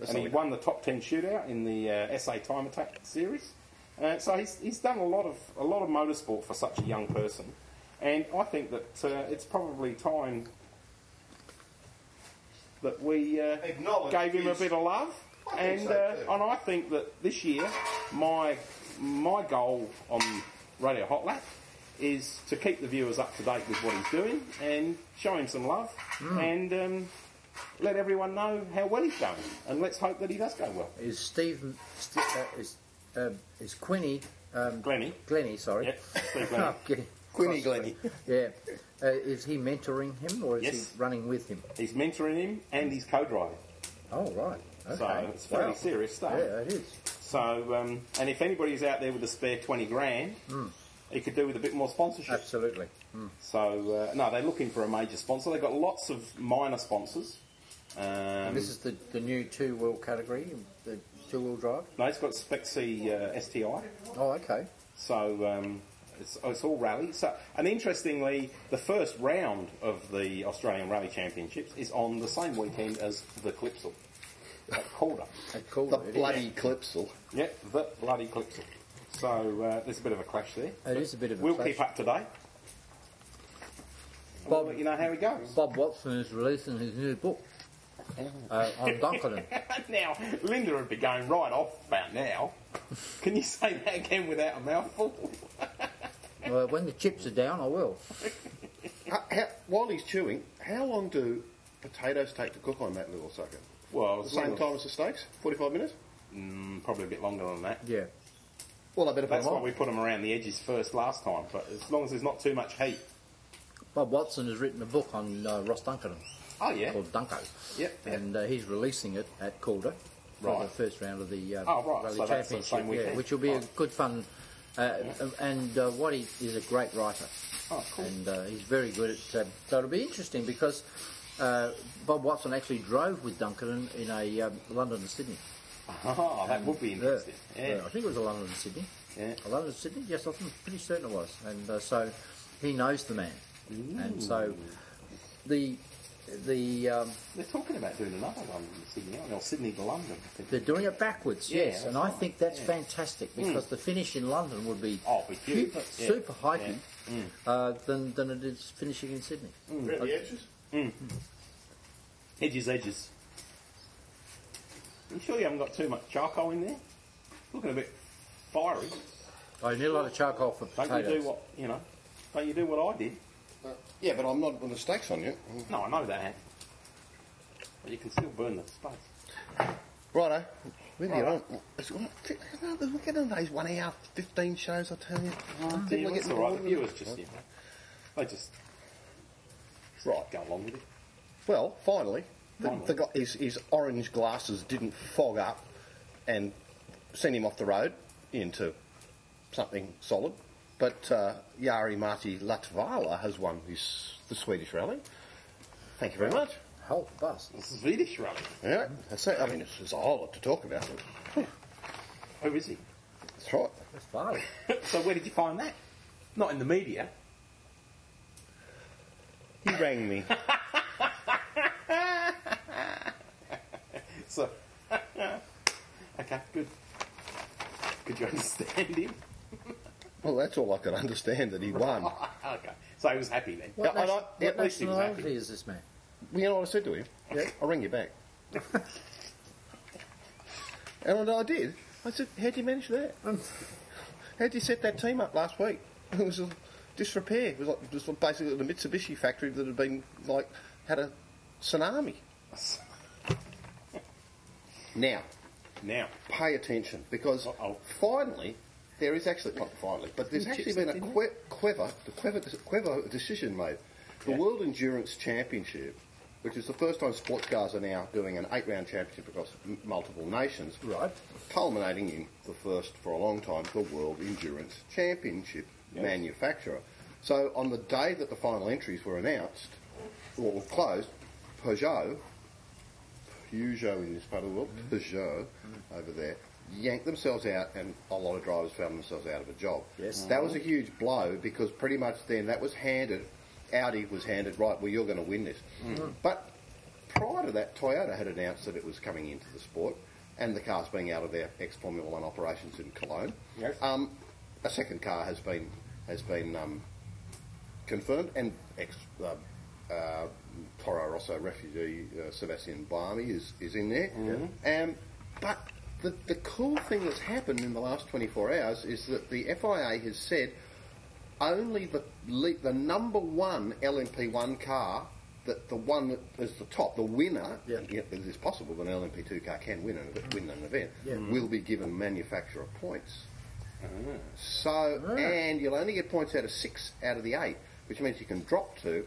S10: That's
S5: and
S10: all
S5: he
S10: we
S5: won the top ten shootout in the uh, SA Time Attack series. Uh, so he's, he's done a lot of a lot of motorsport for such a young person, and I think that uh, it's probably time that we uh,
S6: Acknowledge
S5: gave him a
S6: his-
S5: bit of love.
S6: I think so
S5: And
S6: too.
S5: uh, and I think that this year, my my goal on Radio Hot Lap is to keep the viewers up to date with what he's doing and show him some love
S6: Mm.
S5: and um, let everyone know how well he's done. And let's hope that he does go well.
S4: Is Steve st- uh, is um, is Quinny um,
S5: Glenny,
S4: Glenny? Sorry.
S5: Yep, Steve Glenny.
S4: I'm getting
S10: Quinny
S4: cross-
S10: Glenny.
S4: Yeah. Uh, is he mentoring him or is
S5: Yes.
S4: he running with him?
S5: he's mentoring him and he's co-driving,
S4: Oh right. Okay.
S5: so it's fairly
S4: Wow.
S5: serious stuff.
S4: Yeah, it is.
S5: So um, and if anybody's out there with a spare twenty grand,
S6: Mm.
S5: he could do with a bit more sponsorship.
S4: Absolutely.
S5: So uh, no, they're looking for a major sponsor. They've got lots of minor sponsors. Um,
S4: This is the, the new two wheel category, the two wheel drive.
S5: no, it's got Spexy uh, STI.
S4: Oh, okay.
S5: So um, it's, it's all rally. So, and interestingly, the first round of the Australian Rally Championships is on the same weekend as the Clipsal at Calder.
S4: That's cool.
S10: The
S4: It is.
S10: bloody Clipsal.
S5: Yep, the bloody Clipsal. So uh, there's a bit of a clash there.
S4: It is a bit of a
S5: We'll
S4: clash.
S5: keep up to date. And
S4: Bob-
S5: we'll let you know how it goes.
S4: Bob Watson is releasing his new book uh, on Dunkelin.
S5: now, Linda would be going right off about now. Can you say that again without a mouthful?
S4: well, when the chips are down, I will.
S6: How- Uh, how- while he's chewing, how long do potatoes take to cook on that little sucker?
S5: Well,
S6: The same time as the steaks? 45 minutes?
S5: Mm, probably a bit longer than that.
S4: Yeah.
S10: Well, I better put
S5: That's
S10: them
S5: why
S10: on.
S5: we put them around the edges first last time. But as long as there's not too much heat.
S4: Bob Watson has written a book on uh, Ross Dunkelin
S5: Oh yeah.
S4: called Dunko.
S5: Yep, yep.
S4: And uh, he's releasing it at Calder for
S5: Right.
S4: the first round of the uh,
S5: Oh, right,
S4: Rally
S5: so that's the
S4: Championship,
S5: same
S4: yeah,
S5: weekend.
S4: which will be a
S5: Right.
S4: good fun. Uh, And uh, what he is a great writer.
S5: Oh, cool.
S4: and uh, he's very good at. Uh, so it'll be interesting because uh, Bob Watson actually drove with Duncan in, in a um, London and Sydney.
S5: Oh, that would be interesting.
S4: Yeah.
S5: Yeah.
S4: I think it was a London and Sydney.
S5: Yeah.
S4: A London and Sydney. Yes, I'm pretty certain it was. And uh, so he knows the man, and so the the um,
S5: They're talking about doing another one in Sydney, aren't they? or Sydney to London. I think.
S4: they're doing it backwards.
S5: Yeah,
S4: yes, and
S5: that's
S4: I
S5: right,
S4: think that's
S5: yeah.
S4: fantastic because the finish in London would be
S5: Oh, it'd be huge,
S4: super,
S5: yeah,
S4: super hypey
S5: yeah. Mm.
S4: uh, than than it is finishing in Sydney.
S6: the edges?
S5: Edges, edges. You sure you haven't got too much charcoal in there? Looking a bit fiery.
S4: I need a lot of charcoal for
S5: Don't
S4: potatoes.
S5: you do what you know? Don't you do what I did?
S10: Yeah, but I'm not putting the steaks on yet.
S5: No, I know that. But you can still burn the space.
S10: Righto. With you
S5: Righto.
S10: on. It's- We're getting those one hour, 15 shows, I tell you.
S5: Oh,
S10: People
S5: dear,
S10: are
S5: it's
S10: getting
S5: all right.
S10: bored
S5: The
S10: with
S5: viewers
S10: it.
S5: just, you know, they just
S10: Right.
S5: go along with it.
S10: Well, finally, the,
S5: Finally.
S10: the guy, his, his orange glasses didn't fog up and send him off the road into something solid. But uh, Yari Marti Latvala has won his, the Swedish rally. Thank you very much.
S4: Hell, bust.
S5: It's a Swedish rally.
S10: Yeah, that's it. I mean, it's- there's a whole lot to talk about.
S5: Who is he?
S10: That's right.
S4: That's fine.
S5: so where did you find that? Not in the media.
S10: He rang me.
S5: So, okay, good. Could you understand him?
S6: Well, that's all I could understand that he won.
S5: okay, so he was happy then.
S4: What,
S6: Yeah, I
S4: nation-
S6: like-
S4: what
S6: at least he was happy.
S4: nationality is this man?
S6: You know what I said to him?
S4: Yeah.
S6: I'll ring you back. and I did. I said, How'd you manage that? How'd you set that team up last week? It was a disrepair. It was, like, it was basically the Mitsubishi factory that had been, like, had a tsunami. Now,
S5: Now,
S6: pay attention because
S5: Uh-oh.
S6: finally there is actually not finally, but there's actually been a que- quiver, the quiver, the quiver decision made. The World Endurance Championship, which is the first time sports cars are now doing an eight-round championship across m- multiple nations, right? Culminating in the first for a long time, the World Endurance Championship manufacturer. So on the day that the final entries were announced or closed, Peugeot Peugeot in this part of the world, Peugeot over there, yanked themselves out, and a lot of drivers found themselves out of a job. Yes, that was a huge blow because pretty much then that was handed, Audi was handed right. Well, you're going to win this, but prior to that, Toyota had announced that it was coming into the sport, and the car's being out of their ex Formula One operations in Cologne.
S5: Yes.
S6: Um, a second car has been has been um, confirmed, and ex uh, uh, Toro Rosso refugee uh, Sebastian Barmy is, is in there. Um, but the, the cool thing that's happened in the last 24 hours is that the FIA has said only the le- the number one LMP1 car, that the one that is the top, the winner,
S4: Yeah.
S6: yeah, it is possible that an LMP2 car can win an, ev- win an event, will be given manufacturer points. So, and you'll only get points out of six out of the eight, which means you can drop two,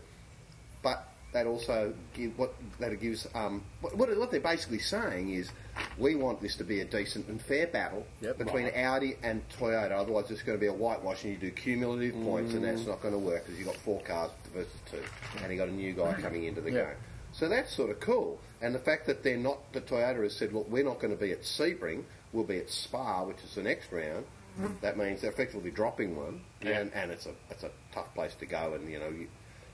S6: but that also give what that gives. Um, what, what what they're basically saying is, we want this to be a decent and fair battle
S4: Yep.
S6: between Audi and Toyota. Otherwise, it's going to be a whitewash, and you do cumulative points, and
S4: Mm.
S6: that's not going to work because you have got four cars versus two, and you got a new guy coming into the
S4: Yeah.
S6: game. So that's sort of cool. And the fact that they're not, that Toyota has said, look, we're not going to be at Sebring, we'll be at Spa, which is the next round.
S4: Mm.
S6: That means they're effectively dropping one, and, and it's a it's a tough place to go. And you know, you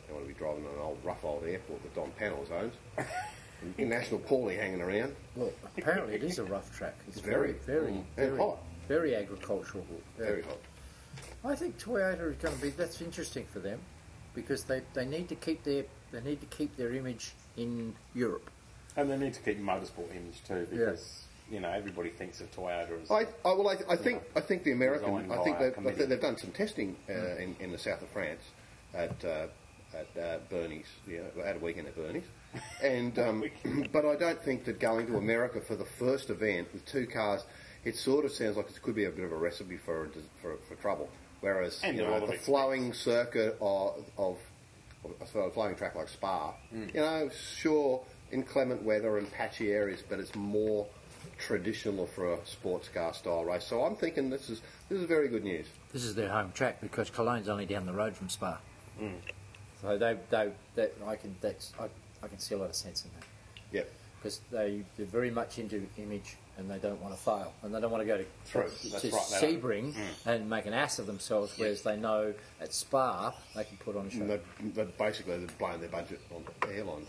S6: don't want to be driving an old rough old airport that Don Panels owns. National Paulie hanging around.
S4: Well, apparently it is a rough track. It's
S6: Very.
S4: very, very,
S6: Mm.
S4: very,
S6: And hot.
S4: very agricultural. Yeah.
S6: Very hot.
S4: I think Toyota is going to be. That's interesting for them, because they, they need to keep their they need to keep their image in Europe.
S5: and they need to keep motorsport image too because you know everybody thinks of Toyota as
S6: I, I well, I, I think I think the American.
S5: Designed
S6: I think
S5: by a
S6: they've, I
S5: committee. Hmm.
S6: think they've done some testing uh, in, in the south of France at uh, at uh, Bernie's. You know, at a weekend at Bernie's, and um, but I don't think that going to America for the first event with two cars, it sort of sounds like it could be a bit of a recipe for for, for trouble. Whereas
S5: And
S6: you
S5: a
S6: know,
S5: lot of
S6: the
S5: expense.
S6: flowing circuit of, of I suppose a flowing track like Spa, you know, sure, inclement weather and patchy areas, but it's more traditional for a sports car style race. So I'm thinking this is this is very good news.
S4: This is their home track because Cologne's only down the road from Spa.
S5: Mm.
S4: So they, they that I can that's I, I can see a lot of sense in that
S6: Yeah,
S4: because they they're very much into image and they don't want to fail and they don't want to go to,
S5: True, that's
S4: to
S5: right, they don't. Mm.
S4: Sebring and make an ass of themselves, whereas they know at Spa they can put on a show.
S6: they, they basically they've blown their budget on airlines.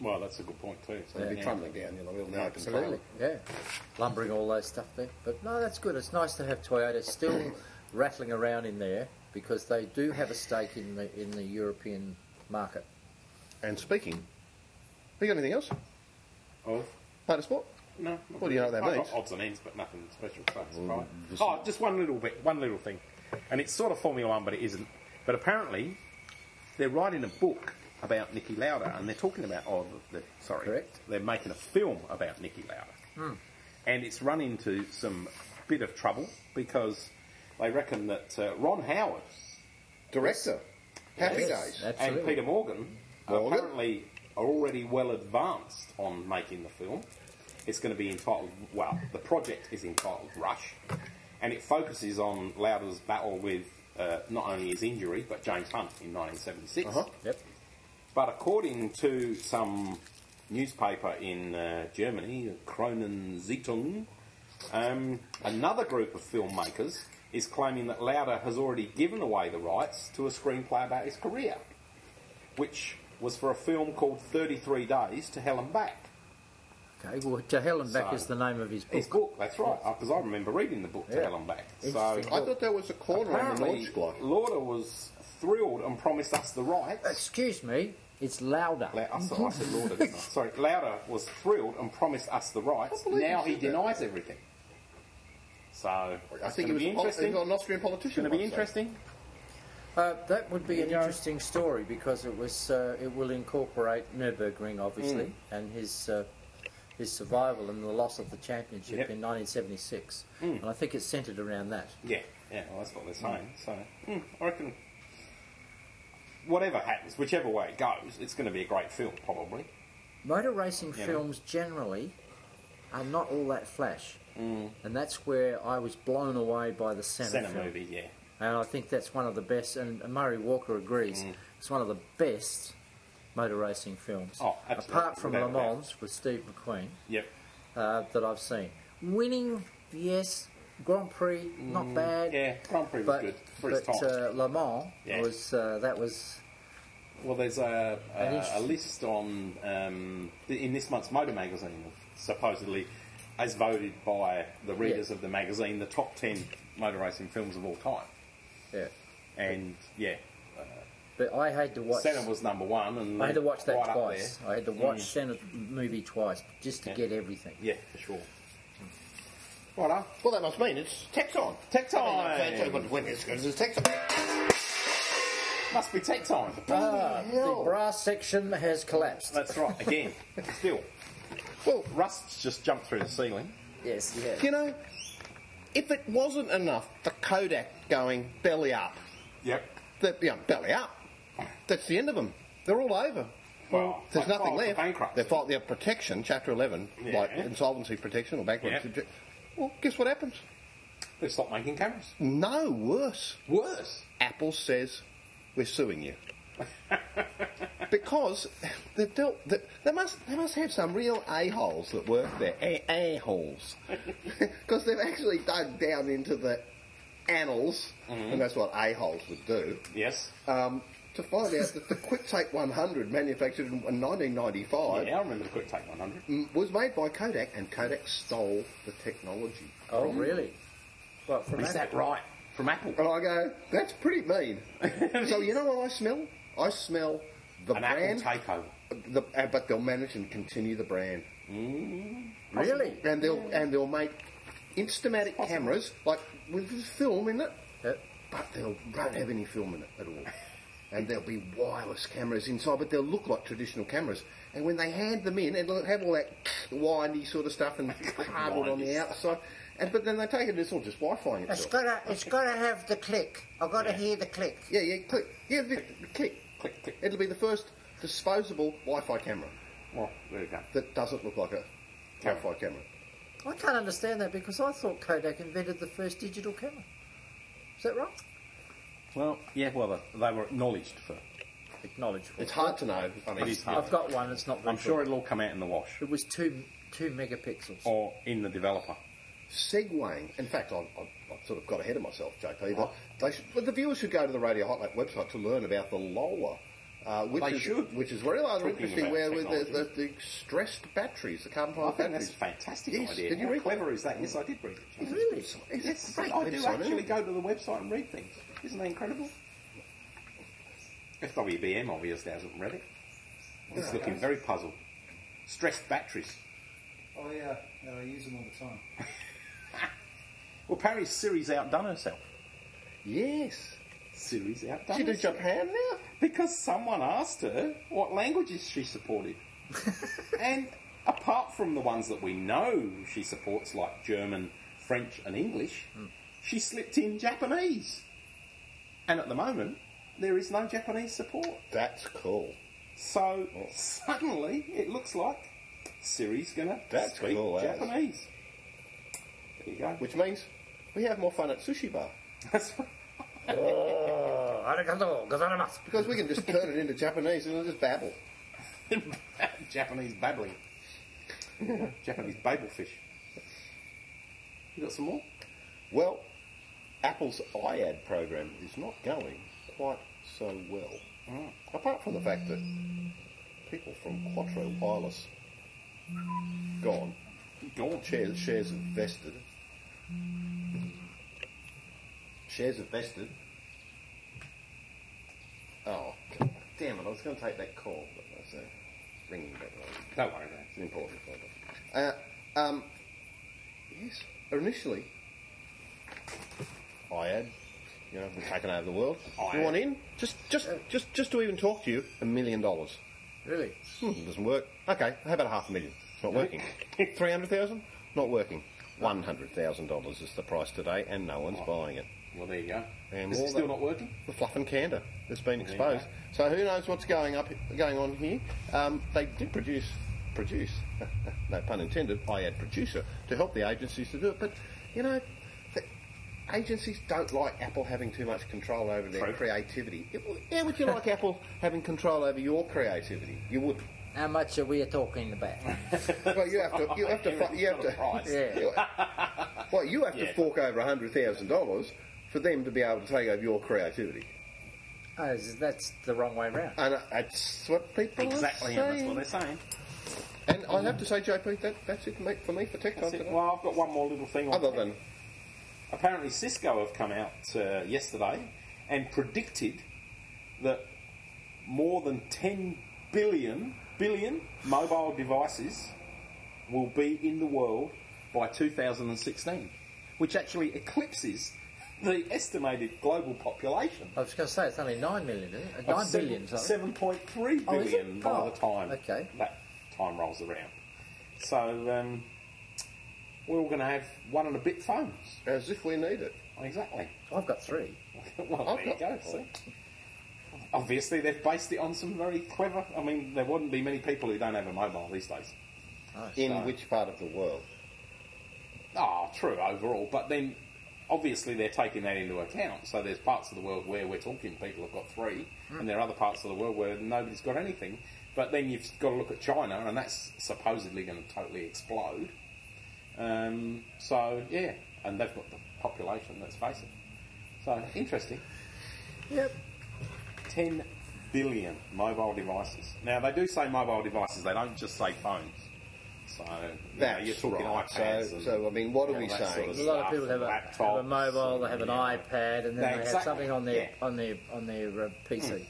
S5: well that's a good point too
S6: So they'll be
S4: Yeah.
S6: trundling down the hill now.
S4: Absolutely, yeah. Lumbering all those stuff there. But no, that's good. It's nice to have Toyota still rattling around in there because they do have a stake in the in the European market.
S6: And speaking, have you got anything else?
S5: oh
S6: Motorsport.
S5: no not
S6: Well, you know what that
S5: I've got
S6: means.
S5: odds and ends but nothing special so it's fine. oh just one little bit one little thing and it's sort of Formula 1 but it isn't but apparently they're writing a book about Nicky Lauda and they're talking about oh the, the, sorry
S4: Correct.
S5: they're making a film about Nicky Lauda and it's run into some bit of trouble because they reckon that uh, Ron Howard
S6: Director, Happy Days.
S5: and
S4: Absolutely.
S5: Peter Morgan, are
S6: Morgan?
S5: apparently are already well advanced on making the film. It's going to be entitled, well, the project is entitled Rush, and it focuses on Lauder's battle with uh, not only his injury, but James Hunt in 1976.
S6: Uh-huh.
S4: Yep.
S5: But according to some newspaper in uh, Germany, Kronen Zeitung, um, another group of filmmakers is claiming that Lauder has already given away the rights to a screenplay about his career, which was for a film called 33 Days to Hell and Back.
S4: Okay, well, to hell and back
S5: So-
S4: is the name of his book.
S5: His book, that's right, because I remember reading the book to
S4: Yeah.
S5: Hell and Back. So
S4: Interesting.
S6: I thought that was a corner on the
S5: apparently,
S6: launch block.
S5: Lorda was thrilled and promised us the rights.
S4: Excuse me, it's louder.
S5: La- I said I said Lorda, didn't I? Sorry, Lauder was thrilled and promised us the rights.
S6: I believe you
S5: Now he
S6: said that.
S5: denies everything. So
S6: I
S5: it's
S6: think
S5: gonna
S6: he was
S5: be
S6: a pol-
S5: interesting.
S6: he was an Austrian politician.
S5: going to be
S6: I'd say.
S5: interesting.
S4: Uh, that would be an interesting story because it was uh, it will incorporate Nurburgring obviously
S5: Hmm.
S4: and his uh, his survival and the loss of the championship
S5: Yep. Hmm.
S4: in 1976, and I think it's centered around that.
S5: Yeah, yeah, well, that's what they're saying. So, mm, I reckon whatever happens, whichever way it goes, it's going to be a great film, probably.
S4: Motor racing
S5: Yeah.
S4: films generally are not all that flash,
S5: Hmm.
S4: and that's where I was blown away by the Senna,
S5: Senna
S4: film.
S5: movie, yeah.
S4: and I think that's one of the best. And Murray Walker agrees,
S5: Mm.
S4: it's one of the best motor racing films,
S5: Oh, absolutely,
S4: apart from Le
S5: without a doubt.
S4: Mans with Steve McQueen.
S5: Yep.
S4: uh, that I've seen. Winning, yes. Grand Prix, not bad.
S5: Mm, Yeah, Grand Prix was
S4: but
S5: good for its
S4: but
S5: time.
S4: uh, Le Mans
S5: Yeah.
S4: was uh, that was
S5: well, there's a,
S4: An
S5: a, a
S4: interesting-
S5: list on um, the- in this month's Motor magazine of supposedly, as voted by the readers
S4: Yeah.
S5: of the magazine, the top ten motor racing films of all time.
S4: yeah.
S5: And yeah,
S4: But I had to watch.
S5: Senna was number one, and
S4: I had to watch that
S5: right up
S4: twice.
S5: there. Mm.
S4: I had to watch Senna movie twice just to
S5: Yeah.
S4: get everything.
S5: Yeah, for sure. Right, up.
S6: Well, that must mean it's tech time.
S5: Tech
S6: I
S5: time.
S6: mean, I can't tell you when it's going to tech time.
S5: Must be tech time.
S4: Ah, the brass section has collapsed.
S5: That's right. Again, still.
S6: Well,
S5: Rust's just jumped through the ceiling.
S4: yes, yeah.
S6: you know, if it wasn't enough, the Kodak going belly up.
S5: Yep.
S6: That, yeah, belly up. That's the end of them. They're all over.
S5: Well,
S6: There's
S5: they
S6: nothing
S5: filed for
S6: left.
S5: bankruptcy.
S6: They filed their protection, Chapter 11,
S5: Yeah.
S6: like insolvency protection or bankruptcy.
S5: Yeah.
S6: Well, guess what happens?
S5: They've stopped making cameras.
S6: No worse.
S5: Worse.
S6: Apple says, "We're suing you." because they've dealt. They, they must. They must have some real a holes that work there. A holes. Because they've actually dug down into the annals,
S5: Mm-hmm.
S6: and that's what a holes would do.
S5: Yes.
S6: Um, to find out that the QuickTake 100, manufactured in 1995,
S5: Yeah, I remember the quick take 100.
S6: m- was made by Kodak, and Kodak stole the technology.
S4: Oh, really? Well, from
S5: Is that
S4: Apple.
S5: right? From Apple.
S6: And I go, that's pretty mean. so you know what I smell? I smell the
S5: An
S6: brand,
S5: Apple takeover.
S6: the, uh, but they'll manage and continue the brand,
S5: Mm-hmm.
S4: Really?
S6: and they'll and they'll make instamatic cameras like with this film in it,
S4: Uh,
S6: but they'll won't have any film in it at all. And there'll be wireless cameras inside, but they'll look like traditional cameras. And when they hand them in, and they'll have all that windy sort of stuff and cardboard on
S5: Windy
S6: the
S5: stuff.
S6: outside. And but then they take it, and it's all just Wi-Fi
S11: It's
S6: itself.
S11: gotta, it's gotta have the click. I've gotta hear the click.
S6: Yeah, yeah, click, yeah, the- the click.
S5: Click, click.
S6: It'll be the first disposable Wi-Fi camera
S5: Well, there you go.
S6: that doesn't look like a
S5: Camera.
S6: Wi-Fi camera.
S4: I can't understand that because I thought Kodak invented the first digital camera. Is that right?
S5: Well, yeah, well, they, they were acknowledged for
S4: Acknowledge.
S6: It's hard to know. I mean,
S5: It is hard.
S4: I've got one. It's not. very
S5: I'm sure Oh.
S4: good.
S5: it'll all come out in the wash.
S4: It was two two megapixels.
S5: Or in the developer.
S6: segueing. In fact, I've, I've, I've sort of got ahead of myself, JP. But they should, well, the viewers should go to the Radio Hot Lap website to learn about the Lola. Uh, which
S5: They
S6: is,
S5: should.
S6: Which is really rather
S5: Talking
S6: interesting,
S5: about
S6: where with the, the,
S5: technology.
S6: the stressed batteries, the carbon
S5: I
S6: fiber
S5: think that's
S6: batteries.
S5: a fantastic
S6: Yes,
S5: idea.
S6: did you
S5: How
S6: read
S5: clever is that? Yes, I did read it. James.
S6: Really? It's
S5: Yes,
S6: a great
S5: I do
S6: website, isn't
S5: actually
S6: it?
S5: go to the website and read things. Isn't that incredible? FWBM obviously hasn't read it. It's looking very puzzled. Stressed batteries.
S7: I, uh, no, I use them all the time.
S5: Well, Paris Siri's outdone herself.
S6: Yes.
S5: Siri's outdone
S6: She do
S5: herself.
S6: Japan now?
S5: Because someone asked her what languages she supported. and apart from the ones that we know she supports, like German, French, and English,
S6: Hmm.
S5: she slipped in Japanese. And at the moment, there is no Japanese support.
S6: That's cool.
S5: So
S6: Oh.
S5: suddenly, it looks like Siri's going to
S6: That's
S5: speak
S6: cool, eh?
S5: Japanese. There you go.
S6: Which means we have more fun at Sushi Bar.
S5: That's
S4: Oh, arigato gozaimasu.
S6: Because we can just turn it into Japanese and it'll just babble.
S5: Japanese babbling. Japanese babelfish. You got some more?
S6: Well, Apple's iAd program is not going quite so well. Apart from the fact that people from Quattro Wireless Gone.
S5: Gone.
S6: Shares, shares have vested. Shares have vested. Oh, damn it! I was going to take that call, but that's a ringing back.
S5: Don't worry about it.
S6: It's an important call. Uh, um, yes. Initially,
S10: I had, you know, we're taking over the world.
S5: I
S10: you want
S5: had.
S10: in? Just, just, just, just to even talk to you, a million dollars.
S4: Really?
S10: Hmm, it doesn't work. Okay, how about a half a million? It's not working. Three hundred thousand? Not working. One hundred thousand dollars is the price today, and no
S5: Oh.
S10: one's buying it.
S5: Well, there you go.
S10: And
S5: Is
S10: all
S5: it still
S10: that-
S5: not working?
S10: The fluff and candour that's been
S5: you go.
S10: exposed. So who knows what's going up, going on here? Um, they did produce, produce, no pun intended. I add producer to help the agencies to do it, but you know. the Agencies don't like Apple having too much control over their
S5: True.
S10: creativity. Yeah, would you like Apple having control over your creativity? You wouldn't.
S4: How much are we talking about?
S6: well, you have to, you have to, fi- you have
S5: Everything's got a
S6: to,
S5: price.
S4: Yeah.
S6: well, you have to
S5: Yeah.
S6: fork over hundred thousand dollars for them to be able to take over your creativity.
S4: Oh, is- that's the wrong way round.
S6: And uh, that's what people are
S5: Exactly, and that's
S6: saying.
S5: what they're saying.
S6: And I have to say, JP, that, that's it mate, for me for TechCon
S5: That's it.
S6: today.
S5: Well, I've got one more little thing on
S6: Other
S5: that.
S6: than
S5: apparently Cisco have come out uh, yesterday and predicted that more than 10 billion billion mobile devices will be in the world by 2016, which actually eclipses the estimated global population.
S4: I was going to say it's only nine million, isn't it?
S5: of
S4: Nine
S5: Oh, seven-
S4: billion, sorry.
S5: 7.3
S4: Oh, is it?
S5: billion by
S4: Oh,
S5: the time
S4: okay.
S5: that time rolls around. So um, we're all going to have one and a bit phones.
S6: as if we need it.
S5: Exactly.
S4: I've got three.
S5: well, there you
S6: I've
S5: go.
S6: got-
S5: See? Obviously, they've based it on some very clever. I mean, there wouldn't be many people who don't have a mobile these days.
S4: Oh,
S6: In
S5: So-
S6: which part of the world?
S5: Ah, true overall, but then obviously they're taking that into account. So there's parts of the world where we're talking people have got three, and there are other parts of the world where nobody's got anything. But then you've got to look at China, and that's supposedly going to totally explode. Um, so yeah, and they've got the population. Let's face it. So interesting.
S4: Yep.
S5: 10 billion mobile devices. Now, they do say mobile devices, they don't just say phones. So, you know,
S6: That's
S5: you're talking
S6: right.
S5: iPads.
S6: So-
S5: and
S6: so, I mean, what are
S5: all
S6: we
S5: that
S6: saying?
S5: Sort of
S4: A lot of
S5: stuff,
S4: people have a, have a
S5: laptops
S4: mobile,
S5: and,
S4: they have an
S5: yeah.
S4: iPad, and then
S5: Yeah,
S4: they have
S5: exactly,
S4: something on their
S5: yeah. Hmm.
S4: on their on their uh, PC.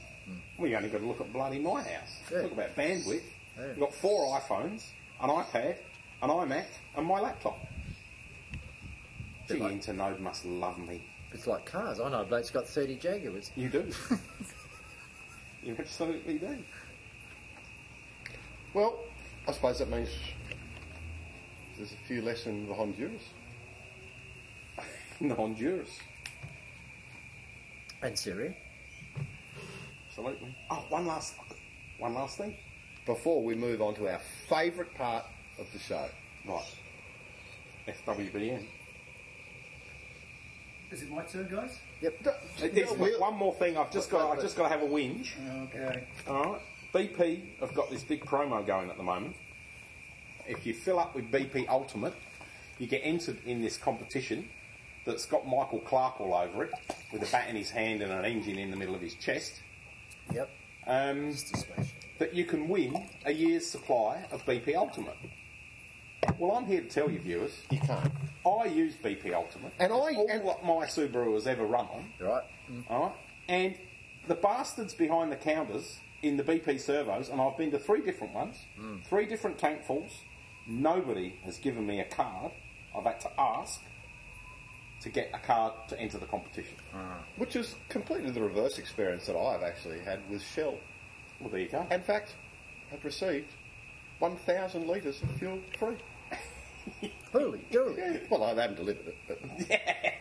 S5: Well, you only got to look at bloody my house.
S4: Yeah.
S5: Look about bandwidth.
S4: Yeah.
S5: We've got four iPhones, an iPad, an iMac, and my laptop. Gee,
S4: Bit like-
S5: Internode must love me.
S4: It's like cars. I know a bloke's got thirty Jaguars.
S5: You do. you absolutely do.
S6: Well, I suppose that means there's a few less in Honduras.
S5: In Honduras.
S4: And Siri.
S5: Absolutely. Oh, one last, one last thing.
S6: Before we move on to our favourite part of the show.
S5: Right. FWBN.
S7: Is it my turn, guys?
S6: Yep.
S5: There's one more thing. I've just got. I've just got to have a whinge.
S7: Okay.
S5: All right. BP have got this big promo going at the moment. If you fill up with BP Ultimate, you get entered in this competition that's got Michael Clark all over it, with a bat in his hand and an engine in the middle of his chest.
S4: Yep.
S5: Um,
S4: Just a smash.
S5: that you can win a year's supply of BP Ultimate. Well, I'm here to tell you, viewers,
S10: You can't.
S5: I use BP Ultimate,
S6: And I-
S5: It's all
S6: and-
S5: what my Subaru has ever run on.
S4: Right.
S5: All right, and the bastards behind the counters in the BP servos, and I've been to three different ones, three different tankfuls. Nobody has given me a card. I've had to ask to get a card to enter the competition.
S6: Which is completely the reverse experience that I've actually had with Shell.
S5: Well, there you go.
S6: In fact, I've received 1,000 litres of fuel free.
S4: Holy dooly.
S6: Yeah, well, I haven't delivered it, but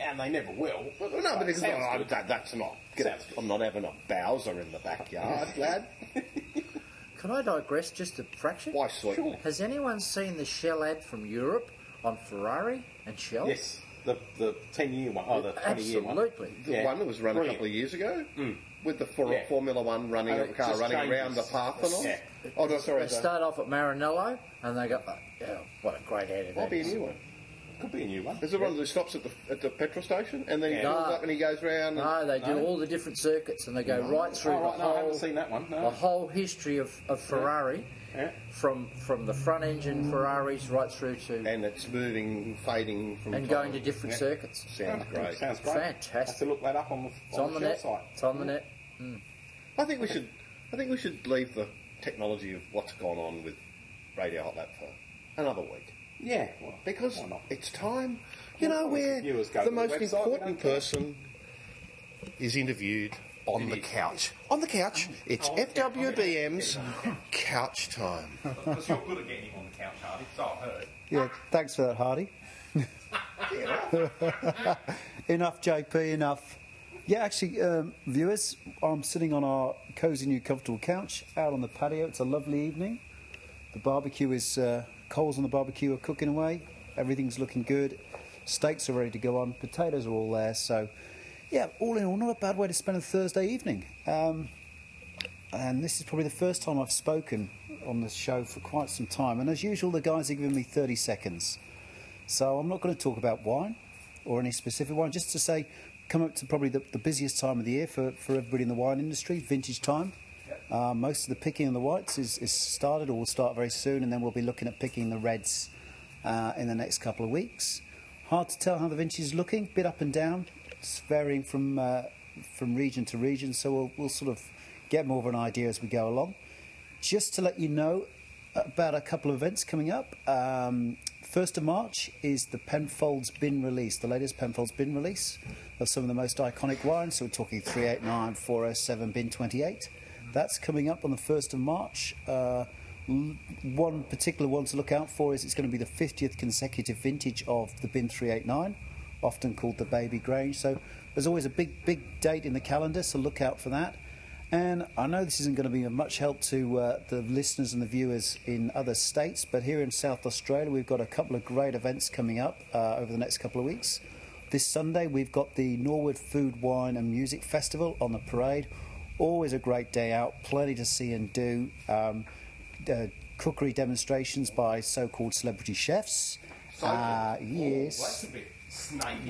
S5: and they never will. uh,
S6: Well, no, but it's not.
S5: Sounds
S6: I'm,
S5: good.
S6: that, that's not.
S5: Sounds good.
S6: I'm not having a Bowser in the backyard, lad.
S4: Can I digress just a fraction?
S6: Why, certainly.
S4: Has anyone seen the Shell ad from Europe on Ferrari and Shell?
S5: Yes, the the ten year one, oh the twenty year one.
S4: Absolutely.
S6: The
S5: Yeah.
S6: one that was run a
S5: Brilliant.
S6: couple of years ago with the for,
S5: Yeah.
S6: Formula One running
S5: And it
S6: car
S5: just
S6: running
S5: changes.
S6: around the Parthenon.
S5: Yeah.
S6: Oh, no, sorry.
S4: They
S6: The,
S4: start off at Maranello and they go, oh, yeah, what a great ad it
S6: might be a
S4: is.
S6: new one.
S5: Could be a new one.
S6: Is it one that stops at the, at the petrol station and then he
S4: Yeah. Ah.
S6: pulls up and he goes round? and-
S4: No, they do all the different circuits and they go right through
S5: Oh,
S4: the
S5: right, no, I
S4: whole Oh,
S5: haven't seen that one.
S4: the
S5: No.
S4: whole history of, of Ferrari
S5: Yeah.
S4: from from the front engine Ferraris right through to
S6: And it's moving, fading from.
S4: and
S6: time
S4: going to different
S5: Yeah.
S4: circuits.
S6: to- Sounds great.
S5: Sounds great.
S4: Fantastic.
S5: Have to look that up on the,
S4: It's
S5: on
S4: on the
S5: Shell
S4: net.
S5: site.
S4: It's on the net.
S6: I think we should. I think we should leave the technology of what's gone on with Radio Hot Lap for another week
S5: Yeah. Well,
S6: because
S5: why not?
S6: it's time. You
S5: Well,
S6: know, where
S5: viewers go
S6: the
S5: to the
S6: most
S5: website, we
S6: important
S5: don't care.
S6: person is interviewed on the
S5: It is.
S6: couch. On the
S5: Oh,
S6: couch, it's
S5: on the couch.
S6: FWBM's couch time.
S5: Because you're good at getting him on the couch, Hardy. So I've heard.
S7: Yeah, thanks for that, Hardy. enough, JP, enough. Yeah, actually, um, viewers, I'm sitting on our cosy new comfortable couch out on the patio. It's a lovely evening. The barbecue is, uh, coals on the barbecue are cooking away. Everything's looking good. Steaks are ready to go on. Potatoes are all there. So, yeah, all in all, not a bad way to spend a Thursday evening. Um, and this is probably the first time I've spoken on this show for quite some time. And as usual, the guys are giving me 30 seconds. So I'm not going to talk about wine or any specific wine, just to say, come up to probably the, the busiest time of the year for, for everybody in the wine industry, vintage time. Uh, most of the picking of the whites is, is started or will start very soon, and then we'll be looking at picking the reds uh, in the next couple of weeks. Hard to tell how the vintage is looking, bit up and down. It's varying from, uh, from region to region, so we'll, we'll sort of get more of an idea as we go along. Just to let you know, about a couple of events coming up. Um, 1st of March is the Penfolds bin release, the latest Penfolds bin release of some of the most iconic wines. So we're talking 389, 407, bin 28. That's coming up on the 1st of March. Uh, l- one particular one to look out for is it's going to be the 50th consecutive vintage of the bin 389 often called the Baby Grange. So there's always a big, big date in the calendar, so look out for that. And I know this isn't going to be of much help to uh, the listeners and the viewers in other states, but here in South Australia, we've got a couple of great events coming up uh, over the next couple of weeks. This Sunday, we've got the Norwood Food, Wine and Music Festival on the parade. Always a great day out, plenty to see and do. Um, uh, cookery demonstrations by so called celebrity chefs. Uh,
S12: Oh,
S7: yes.
S5: Well, that's a bit snaky.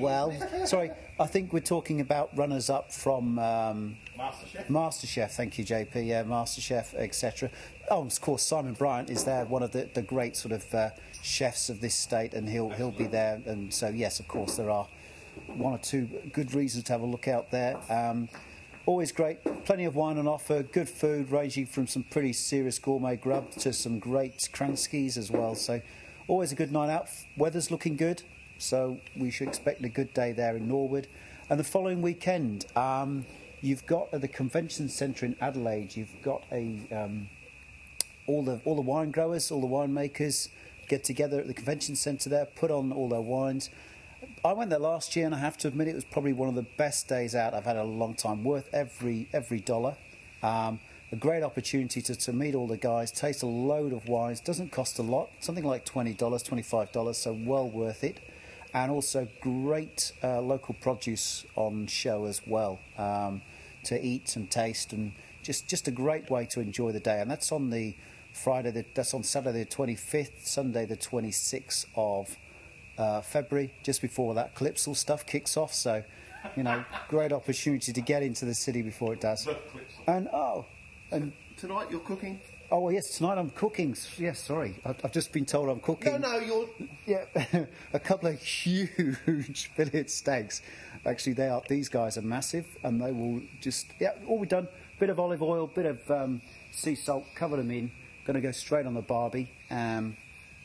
S7: Well, sorry, I think we're talking about runners up from um,
S5: MasterChef.
S7: MasterChef. Thank you, JP. Yeah, MasterChef, etc. Oh, of course, Simon Bryant is there, one of the, the great sort of uh, chefs of this state, and he'll he'll be there. And so, yes, of course, there are one or two good reasons to have a look out there. Um, always great, plenty of wine on offer, good food ranging from some pretty serious gourmet grub to some great Kranskis as well. So, always a good night out. Weather's looking good, so we should expect a good day there in Norwood. And the following weekend, um, you've got at the convention centre in Adelaide, you've got a um, all the all the wine growers, all the winemakers get together at the convention centre there, put on all their wines. I went there last year, and I have to admit it was probably one of the best days out I've had in a long time. Worth every every dollar. Um, a great opportunity to, to meet all the guys, taste a load of wines. Doesn't cost a lot, something like twenty dollars, twenty five dollars, so well worth it. And also great uh, local produce on show as well um, to eat and taste, and just just a great way to enjoy the day. And that's on the Friday. The, that's on Saturday the twenty fifth, Sunday the twenty sixth of uh, February, just before that Calypso stuff kicks off. So, you know, great opportunity to get into the city before it does. And oh, and
S6: Tonight you're cooking.
S7: oh well, yes, tonight I'm cooking. S- Yes, sorry, I've, I've just been told I'm cooking.
S6: No, no, you're.
S7: Yeah, a couple of huge fillet steaks. Actually, they are. These guys are massive, and they will just yeah. All we've done: bit of olive oil, bit of um, sea salt, cover them in. Going to go straight on the barbie. Um,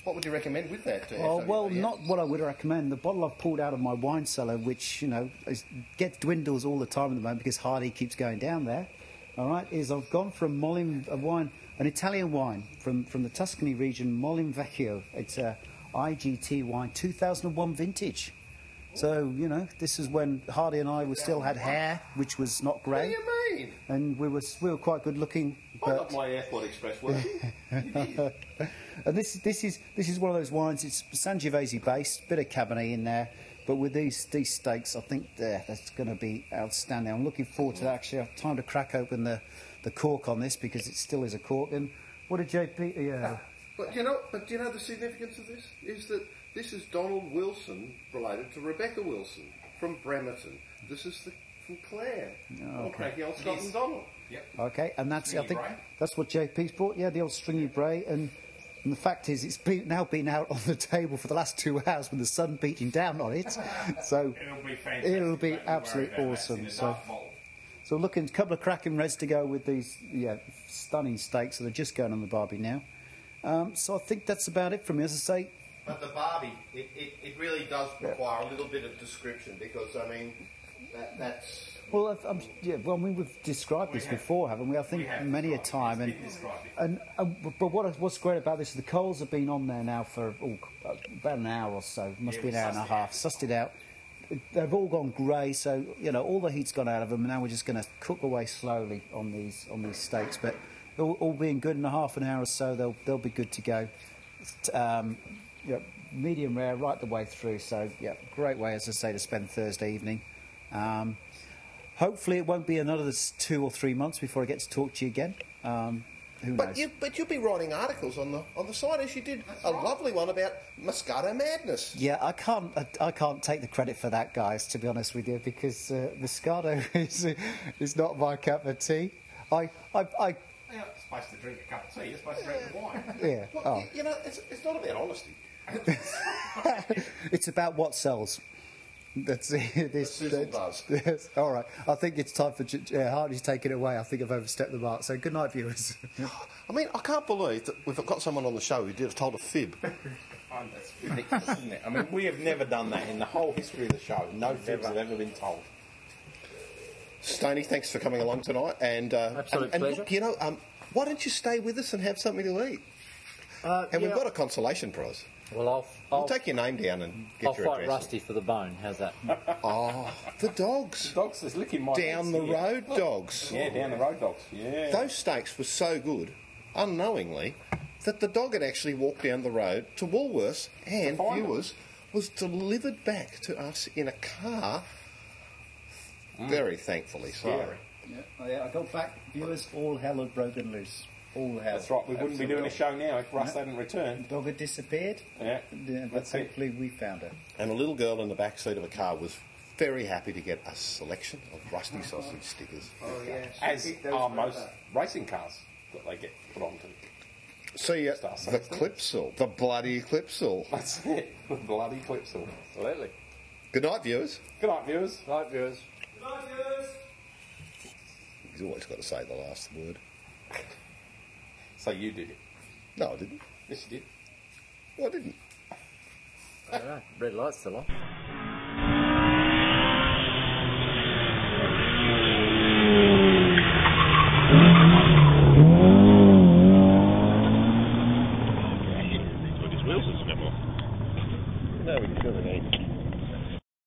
S6: What would you recommend with that? to
S7: Oh
S6: FWBM?
S7: well, not what I would recommend. The bottle I've pulled out of my wine cellar, which you know is, gets dwindles all the time at the moment because Hardy keeps going down there. All right, is I've gone from Molim a wine, an Italian wine from from the Tuscany region, Molim Vecchio. It's a IGT wine, 2001 vintage. So you know, this is when Hardy and I were still had hair, which was not
S6: What do
S7: grey,
S6: you mean?
S7: and we were we were quite good looking.
S5: I
S7: But
S5: love my Airport Express work.
S7: and this this is this is one of those wines. It's Sangiovese based, bit of Cabernet in there, but with these these steaks, I think yeah, that's going to be outstanding. I'm looking forward to that. Actually, I've time to crack open the, the cork on this because it still is a cork. And what did JP? Yeah,
S6: But do you know, but do you know the significance of this is that this is Donald Wilson related to Rebecca Wilson from Bremerton. This is the from Clare. Oh, cranky old Scott and Donald.
S7: Okay, and that's I think that's what JP's brought. Yeah, the old stringy bray, and, and the fact is, it's been, now been out on the table for the last two hours with the sun beating down on it. So
S12: It'll be fantastic.
S7: It'll be
S12: Don't you worry
S7: absolutely
S12: about that. It's in
S7: awesome.
S12: a
S7: So,
S12: dark vault.
S7: so looking, couple of cracking reds to go with these, yeah, stunning steaks that are just going on the barbie now. Um, so I think that's about it from me. As I say,
S6: But the Barbie, it, it, it really does require a little bit of description because I mean, that, that's
S7: Well, I've, I'm, yeah, well, I mean, we've described this before, haven't we? I think many a time, and, and and but what what's great about this is the coals have been on there now for oh, about an hour or so. Must be an hour and a half. Sussed it out. They've all gone grey, so you know all the heat's gone out of them. and Now we're just going to cook away slowly on these on these steaks, but all, all being good in a half an hour or so, they'll they'll be good to go. T- Um, you know, medium rare right the way through. So yeah, great way, as I say, to spend Thursday evening. Um, Hopefully, it won't be another s- two or three months before I get to talk to you again. Um, who
S6: But
S7: knows?
S6: you but you'll be writing articles on the on the side as you did a lovely one about Moscato madness.
S7: yeah, I can't. I, I can't take the credit for that, guys. To be honest with you, because uh, Moscato is is not my cup of tea. I, I, I
S12: You're not supposed to drink a cup of tea. You're supposed to drink the wine.
S7: yeah.
S6: Well,
S7: Oh,
S6: you, you know, it's, it's not about honesty.
S7: it's about what sells. That's it. This,
S6: sizzle
S7: that's-
S6: does.
S7: yes. All right. I think it's time for J- J- uh, Hardy's taking it away. I think I've overstepped the mark. So good night, viewers.
S6: I mean, I can't believe that we've got someone on the show who did told a fib.
S5: Oh, that's ridiculous, isn't it? I mean, we have never done that in the whole history of the show. No fibs have ever been told.
S6: Stoney, thanks for coming along tonight. And uh,
S4: Absolute
S6: and, and
S4: pleasure.
S6: look, you know, um, why don't you stay with us and have something to eat?
S4: Uh,
S6: And
S4: yeah.
S6: we've got a consolation prize.
S4: Well, I'll, I'll,
S6: We'll take your name down and get
S4: I'll
S6: your
S4: fight
S6: address.
S4: Rusty for the bone. How's that?
S6: Oh, the dogs
S5: Dogs is licking my
S6: down the
S5: legs here.
S6: road, dogs.
S5: Yeah, down the road dogs. Yeah.
S6: Those steaks were so good, unknowingly, that the dog had actually walked down the road to Woolworths and
S5: To find them.
S6: viewers was delivered back to us in a car.
S4: Mm.
S6: Very thankfully, sorry.
S7: Yeah, oh, yeah, I got back. Viewers, all hell had broken loose. All hell.
S5: That's right. We wouldn't be doing a
S7: Absolutely.
S5: show now if Russ hadn't returned.
S7: Dog had disappeared.
S5: Yeah.
S7: Yeah, but
S5: That's it.
S7: hopefully we found her.
S6: And a little girl in the back seat of a car was very happy to get a selection of rusty sausage stickers.
S4: Oh,
S5: Oh, As are most racing cars that they get put onto.
S6: See, uh,
S5: Star
S6: the
S5: sausage.
S6: Clipsal, the bloody Clipsal.
S5: That's it. The bloody clips all. Absolutely.
S6: Good night, viewers.
S5: Good night, viewers.
S4: Right, viewers.
S6: He's always got to say the last word.
S5: So you did it.
S6: No, I didn't.
S5: Yes, you did.
S6: No, I didn't.
S4: I don't know. Red light's still on.
S1: Wilson's come off. No, we surely need.